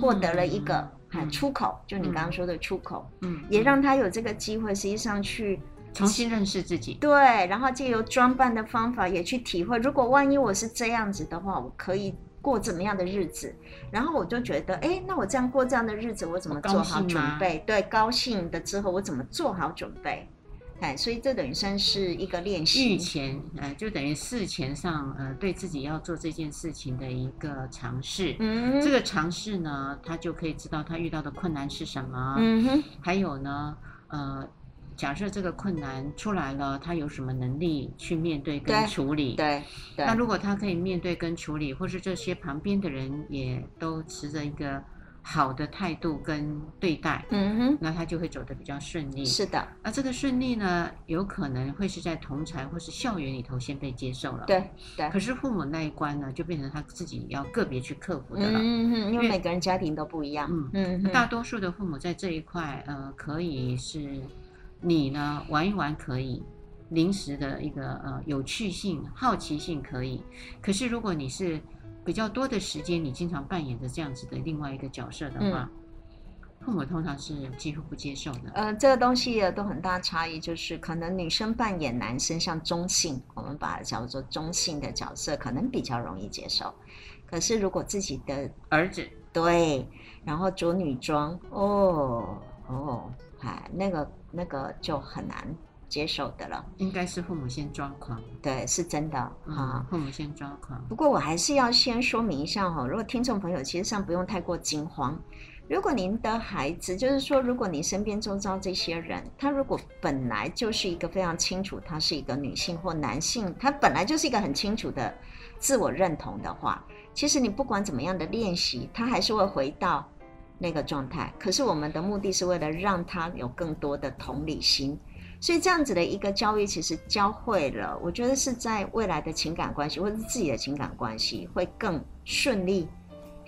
[SPEAKER 2] 获得了一个
[SPEAKER 1] 嗯
[SPEAKER 2] 啊出口，就你刚刚说的出口，
[SPEAKER 1] 嗯，嗯
[SPEAKER 2] 也让他有这个机会，实际上去
[SPEAKER 1] 重新认识自己。
[SPEAKER 2] 对，然后借由装扮的方法也去体会，如果万一我是这样子的话，我可以过怎么样的日子？然后我就觉得，哎，那我这样过这样的日子，我怎么
[SPEAKER 1] 我高
[SPEAKER 2] 做好
[SPEAKER 1] 兴
[SPEAKER 2] 准
[SPEAKER 1] 吗
[SPEAKER 2] 备？对，高兴的之后我怎么做好准备？哎，所以这等于算是一个练
[SPEAKER 1] 事
[SPEAKER 2] 习。
[SPEAKER 1] 前，呃，就等于事前上，呃，对自己要做这件事情的一个尝试。
[SPEAKER 2] 嗯，
[SPEAKER 1] 这个尝试呢，他就可以知道他遇到的困难是什么。
[SPEAKER 2] 嗯哼，
[SPEAKER 1] 还有呢，呃，假设这个困难出来了，他有什么能力去面对跟
[SPEAKER 2] 对
[SPEAKER 1] 处理？
[SPEAKER 2] 对对
[SPEAKER 1] 那，如果他可以面对跟处理，或是这些旁边的人也都持着一个好的态度跟对待，
[SPEAKER 2] 嗯哼，
[SPEAKER 1] 那他就会走得比较顺利。
[SPEAKER 2] 是的，
[SPEAKER 1] 那啊这个顺利呢，有可能会是在同才或是校园里头先被接受了。。
[SPEAKER 2] 对对
[SPEAKER 1] 可。是父母那一关呢，就变成他自己要个别去克服的了。
[SPEAKER 2] 嗯哼，因
[SPEAKER 1] 因为
[SPEAKER 2] 为每个人家庭都不一样。
[SPEAKER 1] 嗯
[SPEAKER 2] 嗯哼，
[SPEAKER 1] 大多数的父母在这一块，呃，可以是你呢玩一玩可以，临时的一个呃有趣性、好奇性可以。可是如果你是比较多的时间，你经常扮演着这样子的另外一个角色的话，父母通常是几乎不接受的。
[SPEAKER 2] 嗯呃，这个东西也都很大差异，就是可能女生扮演男生，像中性，我们把它叫做中性的角色，可能比较容易接受。可是如果自己的
[SPEAKER 1] 儿子，
[SPEAKER 2] 对，然后着女装，哦哦，哎，那个那个就很难接手的了。
[SPEAKER 1] 应该是父母先抓狂，
[SPEAKER 2] 对，是真的啊、
[SPEAKER 1] 嗯，父母先抓狂，
[SPEAKER 2] 不过我还是要先说明一下哈、哦，如果听众朋友其实上不用太过惊慌。如果您的孩子，就是说，如果你身边周遭这些人，他如果本来就是一个非常清楚他是一个女性或男性，他本来就是一个很清楚的自我认同的话，其实你不管怎么样的练习，他还是会回到那个状态。可是我们的目的是为了让他有更多的同理心，所以这样子的一个教育，其实教会了，我觉得是在未来的情感关系或者是自己的情感关系会更顺利。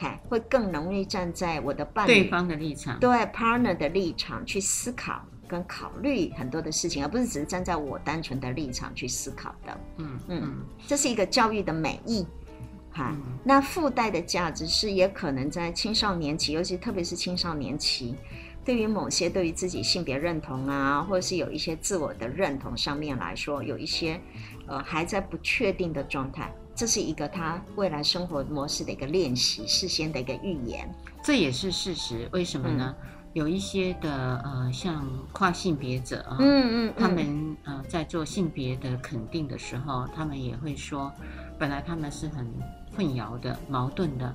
[SPEAKER 2] 嗨，会更容易站在我的伴侣
[SPEAKER 1] 对方的立场，
[SPEAKER 2] 对 partner 的立场去思考跟考虑很多的事情，而不是只是站在我单纯的立场去思考的。
[SPEAKER 1] 嗯
[SPEAKER 2] 嗯，啊这是一个教育的美意。哈、
[SPEAKER 1] 嗯
[SPEAKER 2] 那附带的价值是，也可能在青少年期，尤其特别是青少年期，对于某些对于自己性别认同啊，或者是有一些自我的认同上面来说，有一些呃还在不确定的状态，这是一个他未来生活模式的一个练习，事先的一个预言。
[SPEAKER 1] 这也是事实。为什么呢？
[SPEAKER 2] 嗯
[SPEAKER 1] 有一些的呃，像跨性别者啊，
[SPEAKER 2] 嗯嗯
[SPEAKER 1] 他们呃在做性别的肯定的时候，他们也会说，本来他们是很混淆的、矛盾的。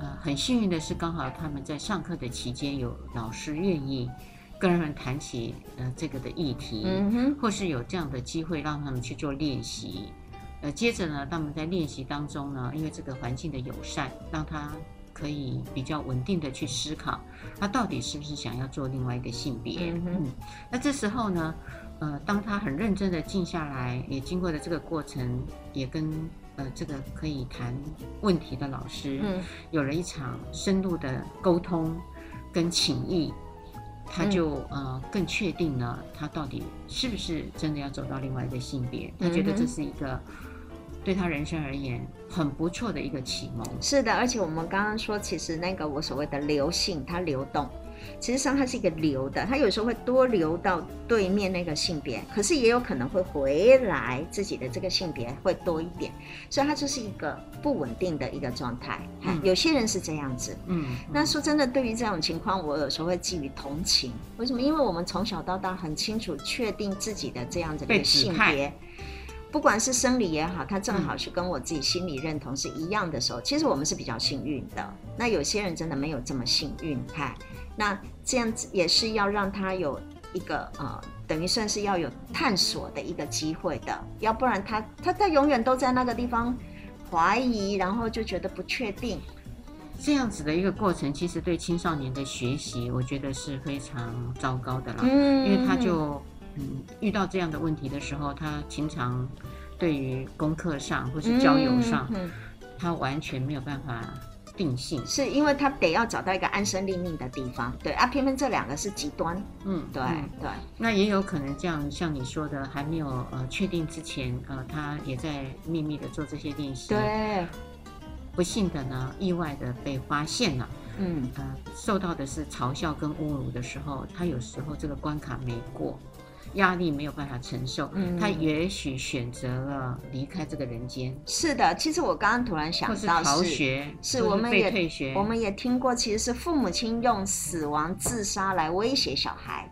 [SPEAKER 1] 呃，很幸运的是，刚好他们在上课的期间有老师愿意跟他们谈起呃这个的议题，
[SPEAKER 2] 嗯哼，
[SPEAKER 1] 或是有这样的机会让他们去做练习。呃，接着呢，他们在练习当中呢，因为这个环境的友善，让他可以比较稳定的去思考，他到底是不是想要做另外一个性别。
[SPEAKER 2] 嗯哼
[SPEAKER 1] 那这时候呢，呃，当他很认真的静下来，也经过了这个过程，也跟呃这个可以谈问题的老师，
[SPEAKER 2] 嗯
[SPEAKER 1] 有了一场深入的沟通跟情谊，
[SPEAKER 2] 嗯
[SPEAKER 1] 他就、呃更确定了他到底是不是真的要走到另外一个性别。他觉得
[SPEAKER 2] 嗯哼
[SPEAKER 1] 这是一个对他人生而言很不错的一个启蒙。
[SPEAKER 2] 是的，而且我们刚刚说，其实那个我所谓的流性，它流动，其实上它是一个流的，它有时候会多流到对面那个性别，可是也有可能会回来自己的这个性别会多一点，所以它就是一个不稳定的一个状态。
[SPEAKER 1] 嗯
[SPEAKER 2] 有些人是这样子，
[SPEAKER 1] 嗯，
[SPEAKER 2] 那说真的，对于这种情况，我有时候会寄予同情。为什么？因为我们从小到大很清楚确定自己的这样子的一
[SPEAKER 1] 被
[SPEAKER 2] 个
[SPEAKER 1] 指
[SPEAKER 2] 性
[SPEAKER 1] 派嗯
[SPEAKER 2] 别，不管是生理也好，它正好是跟我自己心理认同是一样的时候，其实我们是比较幸运的。那有些人真的没有这么幸运，嗨，那这样子也是要让他有一个呃，等于算是要有探索的一个机会的，要不然他他他永远都在那个地方怀疑，然后就觉得不确定。
[SPEAKER 1] 这样子的一个过程，其实对青少年的学习，我觉得是非常糟糕的啦。
[SPEAKER 2] 嗯
[SPEAKER 1] 因为他就嗯遇到这样的问题的时候，他经常对于功课上或是交友上，
[SPEAKER 2] 嗯嗯
[SPEAKER 1] 他完全没有办法定性。
[SPEAKER 2] 是因为他得要找到一个安身立命的地方，对啊，偏偏这两个是极端，
[SPEAKER 1] 嗯，
[SPEAKER 2] 对、
[SPEAKER 1] 嗯
[SPEAKER 2] 对，
[SPEAKER 1] 那也有可能这样，像你说的，还没有呃确定之前，呃，他也在秘密的做这些练习。，
[SPEAKER 2] 对，
[SPEAKER 1] 不幸的呢，意外的被发现了，
[SPEAKER 2] 嗯
[SPEAKER 1] 呃，受到的是嘲笑跟侮辱的时候，他有时候这个关卡没过。压力没有办法承受，
[SPEAKER 2] 嗯
[SPEAKER 1] 他也许选择了离开这个人间，
[SPEAKER 2] 是的。其实我刚刚突然想
[SPEAKER 1] 或是
[SPEAKER 2] 到
[SPEAKER 1] 逃
[SPEAKER 2] 是，
[SPEAKER 1] 学，
[SPEAKER 2] 是
[SPEAKER 1] 或
[SPEAKER 2] 我们
[SPEAKER 1] 被
[SPEAKER 2] 也
[SPEAKER 1] 退学，
[SPEAKER 2] 我们也听过，其实是父母亲用死亡、自杀来威胁小孩，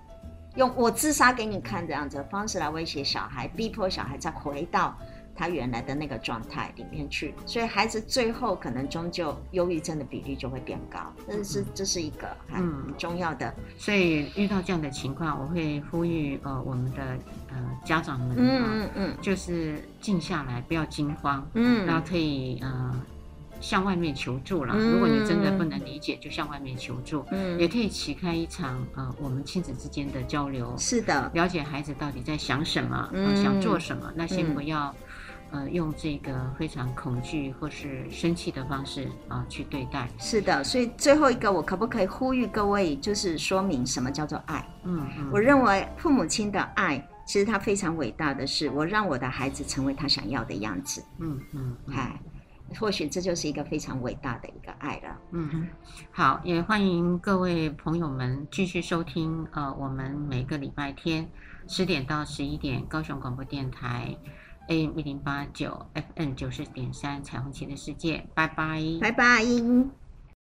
[SPEAKER 2] 用我自杀给你看这样子的方式来威胁小孩，逼迫小孩再回到他原来的那个状态里面去，所以孩子最后可能终究忧郁症的比率就会变高，这是这是一个
[SPEAKER 1] 嗯
[SPEAKER 2] 很重要的，
[SPEAKER 1] 所以遇到这样的情况，我会呼吁呃我们的呃家长们啊，
[SPEAKER 2] 嗯嗯
[SPEAKER 1] 就是静下来，不要惊慌，
[SPEAKER 2] 嗯
[SPEAKER 1] 然后可以呃向外面求助啦。
[SPEAKER 2] 嗯
[SPEAKER 1] 如果你真的不能理解，就向外面求助，
[SPEAKER 2] 嗯
[SPEAKER 1] 也可以启开一场呃我们亲子之间的交流，
[SPEAKER 2] 是的，
[SPEAKER 1] 了解孩子到底在想什么，
[SPEAKER 2] 嗯
[SPEAKER 1] 呃、想做什么。那先
[SPEAKER 2] 嗯
[SPEAKER 1] 不要，呃，用这个非常恐惧或是生气的方式啊、去对待。
[SPEAKER 2] 是的。所以最后一个，我可不可以呼吁各位，就是说明什么叫做爱？
[SPEAKER 1] 嗯嗯，
[SPEAKER 2] 我认为父母亲的爱，其实他非常伟大的是，我让我的孩子成为他想要的样子。
[SPEAKER 1] 嗯嗯嗯
[SPEAKER 2] 哎，或许这就是一个非常伟大的一个爱了。
[SPEAKER 1] 嗯，好，也欢迎各位朋友们继续收听，呃，我们每个礼拜天十点到十一点，高雄广播电台 AM 一零八九 FM 九十点三，彩虹旗的世界，拜拜
[SPEAKER 2] 拜拜。